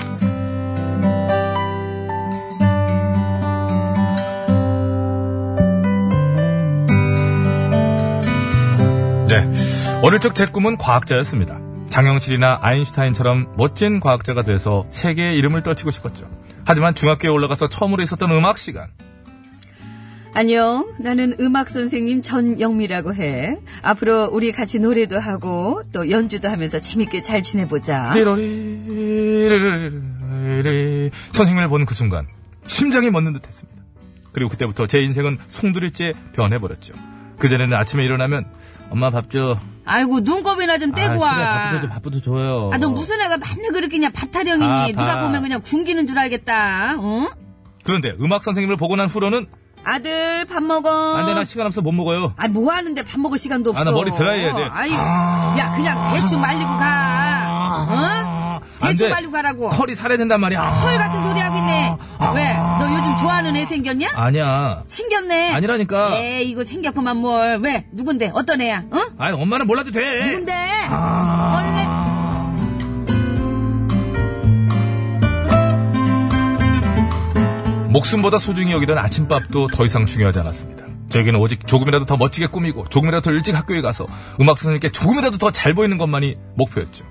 S1: 네. 어릴 적 제 꿈은 과학자였습니다. 장영실이나 아인슈타인처럼 멋진 과학자가 돼서 세계의 이름을 떨치고 싶었죠. 하지만 중학교에 올라가서 처음으로 있었던 음악 시간.
S10: 안녕. 나는 음악 선생님 전영미라고 해. 앞으로 우리 같이 노래도 하고 또 연주도 하면서 재밌게 잘 지내보자.
S1: 띠로리리리리리. 선생님을 본 그 순간 심장이 멎는 듯했습니다. 그리고 그때부터 제 인생은 송두리째 변해버렸죠. 그전에는 아침에 일어나면
S3: 엄마 밥 줘.
S10: 아이고 눈곱이나 좀
S3: 아,
S10: 떼고 와.
S3: 밥도 줘, 밥도 줘요.
S10: 아, 너 무슨 애가 맨날 그렇게 그냥 밥타령이니.
S3: 아,
S10: 누가
S3: 밥.
S10: 보면 그냥 굶기는 줄 알겠다. 응?
S1: 그런데 음악 선생님을 보고 난 후로는
S10: 아들, 밥 먹어.
S1: 안돼 나 시간 없어 못 먹어요.
S10: 아, 뭐 하는데 밥 먹을 시간도 없어.
S1: 아, 나 머리 드라이 해야 돼.
S10: 아이, 야, 그냥 대충 말리고 가. 어?
S1: 아. 안
S10: 대충
S1: 돼.
S10: 말리고 가라고.
S1: 컬이 살아야 된단 말이야.
S10: 헐 같은 소리 하고 있네.
S1: 아.
S10: 왜? 너 요즘 좋아하는 애 생겼냐?
S3: 아니야.
S10: 생겼네.
S3: 아니라니까.
S10: 에이, 이거 생겼구만 뭘. 왜? 누군데? 어떤 애야? 어?
S3: 아이 엄마는 몰라도 돼.
S10: 누군데?
S1: 아. 목숨보다 소중히 여기던 아침밥도 더 이상 중요하지 않았습니다. 저에게는 오직 조금이라도 더 멋지게 꾸미고 조금이라도 더 일찍 학교에 가서 음악 선생님께 조금이라도 더 잘 보이는 것만이 목표였죠.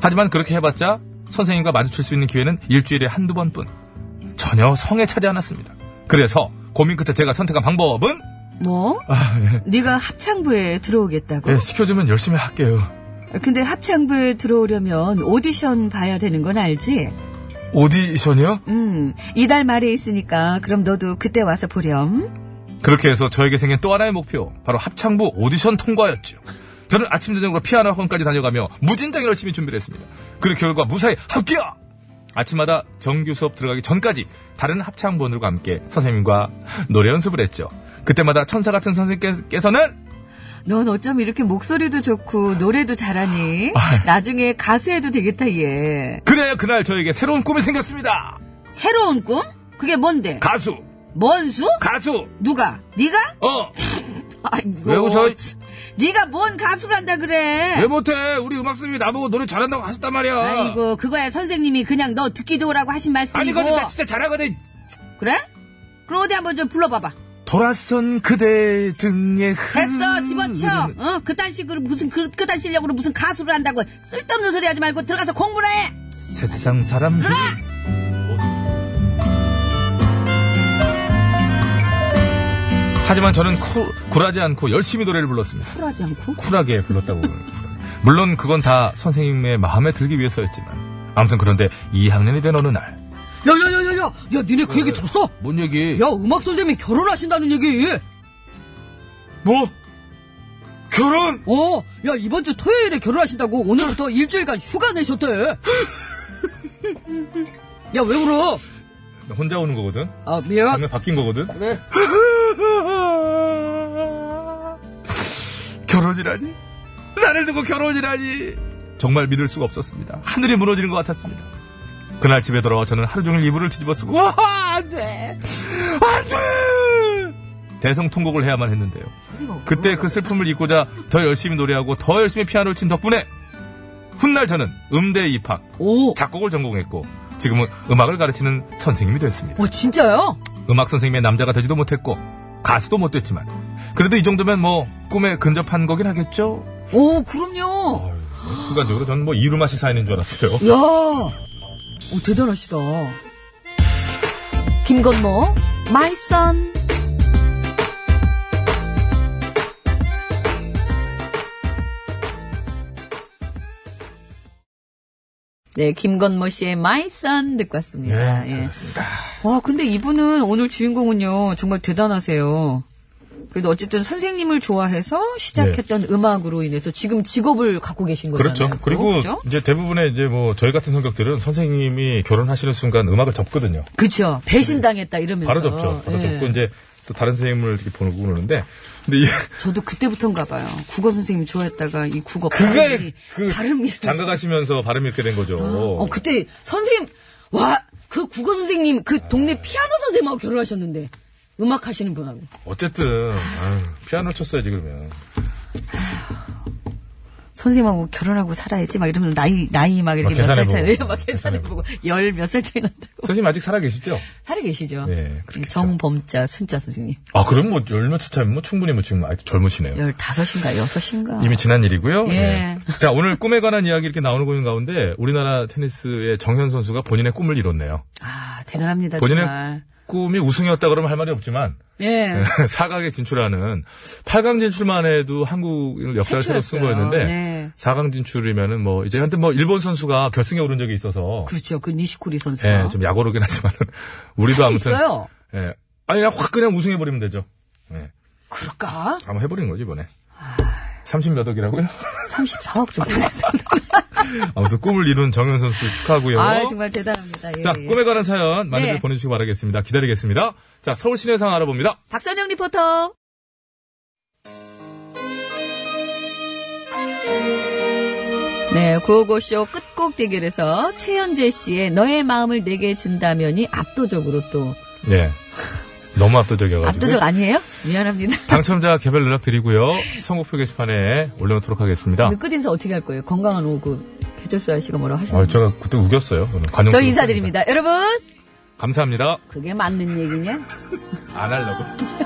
S1: 하지만 그렇게 해봤자 선생님과 마주칠 수 있는 기회는 일주일에 한두 번뿐 전혀 성에 차지 않았습니다. 그래서 고민 끝에 제가 선택한 방법은
S10: 뭐?
S1: 아, 예.
S10: 네가 합창부에 들어오겠다고?
S1: 예, 시켜주면 열심히 할게요. 예.
S10: 근데 합창부에 들어오려면 오디션 봐야 되는 건 알지?
S1: 오디션이요?
S10: 음, 이달 말에 있으니까 그럼 너도 그때 와서 보렴.
S1: 그렇게 해서 저에게 생긴 또 하나의 목표 바로 합창부 오디션 통과였죠. 저는 아침 저녁으로 피아노 학원까지 다녀가며 무진장 열심히 준비를 했습니다. 그 결과 무사히 합격! 아침마다 정규 수업 들어가기 전까지 다른 합창부원들과 함께 선생님과 노래 연습을 했죠. 그때마다 천사 같은 선생님께서는
S10: 넌 어쩜 이렇게 목소리도 좋고 노래도 잘하니?
S2: 아, 예.
S10: 나중에 가수해도 되겠다, 얘.
S1: 그래야 그날 저에게 새로운 꿈이 생겼습니다.
S10: 새로운 꿈? 그게 뭔데?
S1: 가수,
S10: 뭔 수?
S1: 가수,
S10: 누가? 네가?
S1: 어,
S10: 아이고.
S3: 왜 웃어?
S10: 참. 네가 뭔 가수를 한다 그래?
S3: 왜 못해? 우리 음악 선생님이 나보고 노래 잘한다고 하셨단 말이야.
S10: 아이고, 그거야 선생님이 그냥 너 듣기 좋으라고 하신 말씀이고.
S3: 아니거든 나 진짜 잘하거든.
S10: 그래? 그럼 어디 한번 좀 불러봐봐.
S7: 돌아선 그대 등에 흐르는
S2: 음,
S10: 됐어, 집어쳐. 어, 그딴 식으로 무슨 그, 그딴 실력으로 무슨 가수를 한다고 쓸데없는 소리 하지 말고 들어가서 공부나 해.
S3: 세상 사람들.
S10: 들어가.
S1: 하지만 저는 쿨, 굴하지 않고 열심히 노래를 불렀습니다.
S10: 쿨하지 않고.
S1: 쿨하게 불렀다고. 그러네요. 물론 그건 다 선생님의 마음에 들기 위해서였지만. 아무튼 그런데 2학년이 된 어느 날.
S2: 야야야야야, 야 니네 그 얘기 들었어?
S3: 뭔 얘기?
S2: 야 음악 선생님이 결혼하신다는 얘기.
S1: 뭐? 결혼?
S2: 어, 야 이번 주 토요일에 결혼하신다고 오늘부터 일주일간 휴가 내셨대. *laughs* 야 왜 울어?
S1: 나 혼자 오는 거거든?
S2: 아 미안.
S1: 방금 바뀐 거거든?
S2: 그래.
S1: *laughs* 결혼이라니? 나를 두고 결혼이라니? 정말 믿을 수가 없었습니다. 하늘이 무너지는 것 같았습니다. 그날 집에 돌아와 저는 하루 종일 이불을 뒤집어 쓰고, 와, 안 돼! 안 돼! 대성통곡을 해야만 했는데요. 그때 그 슬픔을 잊고자 더 열심히 노래하고 더 열심히 피아노를 친 덕분에 훗날 저는 음대에 입학,
S2: 오,
S1: 작곡을 전공했고 지금은 음악을 가르치는 선생님이 됐습니다.
S2: 어 진짜요?
S1: 음악 선생님의 남자가 되지도 못했고 가수도 못 됐지만 그래도 이 정도면 뭐 꿈에 근접한 거긴 하겠죠?
S2: 오 그럼요.
S1: 아유, 순간적으로 저는 뭐 이루마시 사인인 줄 알았어요.
S2: 야, 오 대단하시다.
S8: 김건모, 마이선.
S10: 네, 김건모 씨의 마이 선 듣고 왔습니다.
S1: 네,
S10: 예.
S1: 그렇습니다.
S10: 와, 근데 이분은 오늘 주인공은요, 정말 대단하세요. 그래도 어쨌든 선생님을 좋아해서 시작했던 음악으로 인해서 지금 직업을 갖고 계신 거잖아요.
S1: 네. 그렇죠. 그리고
S10: 그렇죠?
S1: 이제 대부분의 이제 뭐 저희 같은 성격들은 선생님이 결혼하시는 순간 음악을 접거든요.
S10: 그쵸. 배신당했다 이러면서.
S1: 네. 바로 접죠. 바로
S10: 예.
S1: 접고 이제 또 다른 선생님을 이렇게 보고 그러는데 근데 이 *laughs*
S10: 저도 그때부터인가 봐요. 국어 선생님 좋아했다가 이 국어
S1: 그게
S10: 발음이
S1: 그
S10: 발음이
S1: 장가 뭐. 가시면서 발음 읽게 된 거죠.
S10: 아,
S2: 어, 그때 선생님, 와, 그 국어 선생님, 그 동네 피아노 선생님하고 결혼하셨는데, 음악 하시는 분하고.
S1: 어쨌든 아유, 피아노 쳤어야지 그러면.
S10: 선생님하고 결혼하고 살아야지 막 이러면서 나이 나이 막 이렇게
S1: 막
S10: 몇 살
S1: 계산해보고.
S10: 차이 막 계산해 보고 열 몇 살 차이 난다고.
S1: 선생님 아직 살아계시죠?
S10: 살아 계시죠? 음,
S1: 네, 그렇겠죠.
S10: 정범자 순자 선생님.
S1: 아, 그럼 뭐, 열몇차 차면 뭐, 충분히 뭐, 지금 아직 젊으시네요.
S10: 15인가 6인가.
S1: 이미 지난 일이고요.
S10: 예.
S1: 네. 자, 오늘 꿈에 관한 이야기 이렇게 나오는 거 가운데 우리나라 테니스의 정현 선수가 본인의 꿈을 이뤘네요.
S10: 아, 대단합니다.
S1: 본인의-
S10: 정말.
S1: 꿈이 우승이었다 그러면 할 말이 없지만 *laughs*
S10: 예.
S1: 네, 사강에 진출하는 팔강 진출만 해도 한국을 역사를 새로 쓴
S10: 최초였어요.
S1: 거였는데
S10: 네.
S1: 사강 진출이면은 뭐 이제 한때 뭐 일본 선수가 결승에 오른 적이 있어서
S10: 그렇죠. 그 니시코리 선수가.
S1: 예, 좀 약오르긴 하지만 우리도 아무튼
S10: 있어요.
S1: 예. 아니 그냥 확 그냥 우승해 버리면 되죠. 예.
S10: 그럴까?
S1: 한번 해 버리는 거지 이번에. 30몇 억이라고요? *laughs*
S10: 34억
S1: 아,
S10: 정도.
S1: 아무튼 꿈을 이룬 정현 선수 축하하고요.
S10: 아, 정말 대단합니다. 예,
S1: 자,
S10: 예.
S1: 꿈에 관한 사연 많이들
S10: 네.
S1: 보내주시기 바라겠습니다. 기다리겠습니다. 자, 서울 시내 상황 알아봅니다.
S10: 박선영 리포터. 네, 구호고쇼 끝곡 대결에서 최현재 씨의 너의 마음을 내게 준다면이 압도적으로 또
S1: 예. 너무 압도적이어가지고.
S10: 압도적 아니에요? 미안합니다.
S1: 당첨자 개별 연락 드리고요. 선곡표 게시판에 올려놓도록 하겠습니다.
S10: 그 끝 인사 어떻게 할 거예요? 건강한 오후 배철수 아저씨가 뭐라 하셨나요?
S1: 아, 제가 그때 우겼어요. 오늘 관용
S10: 저희 인사드립니다. 여러분,
S1: 감사합니다.
S10: 그게 맞는 얘기냐?
S1: 안 하려고.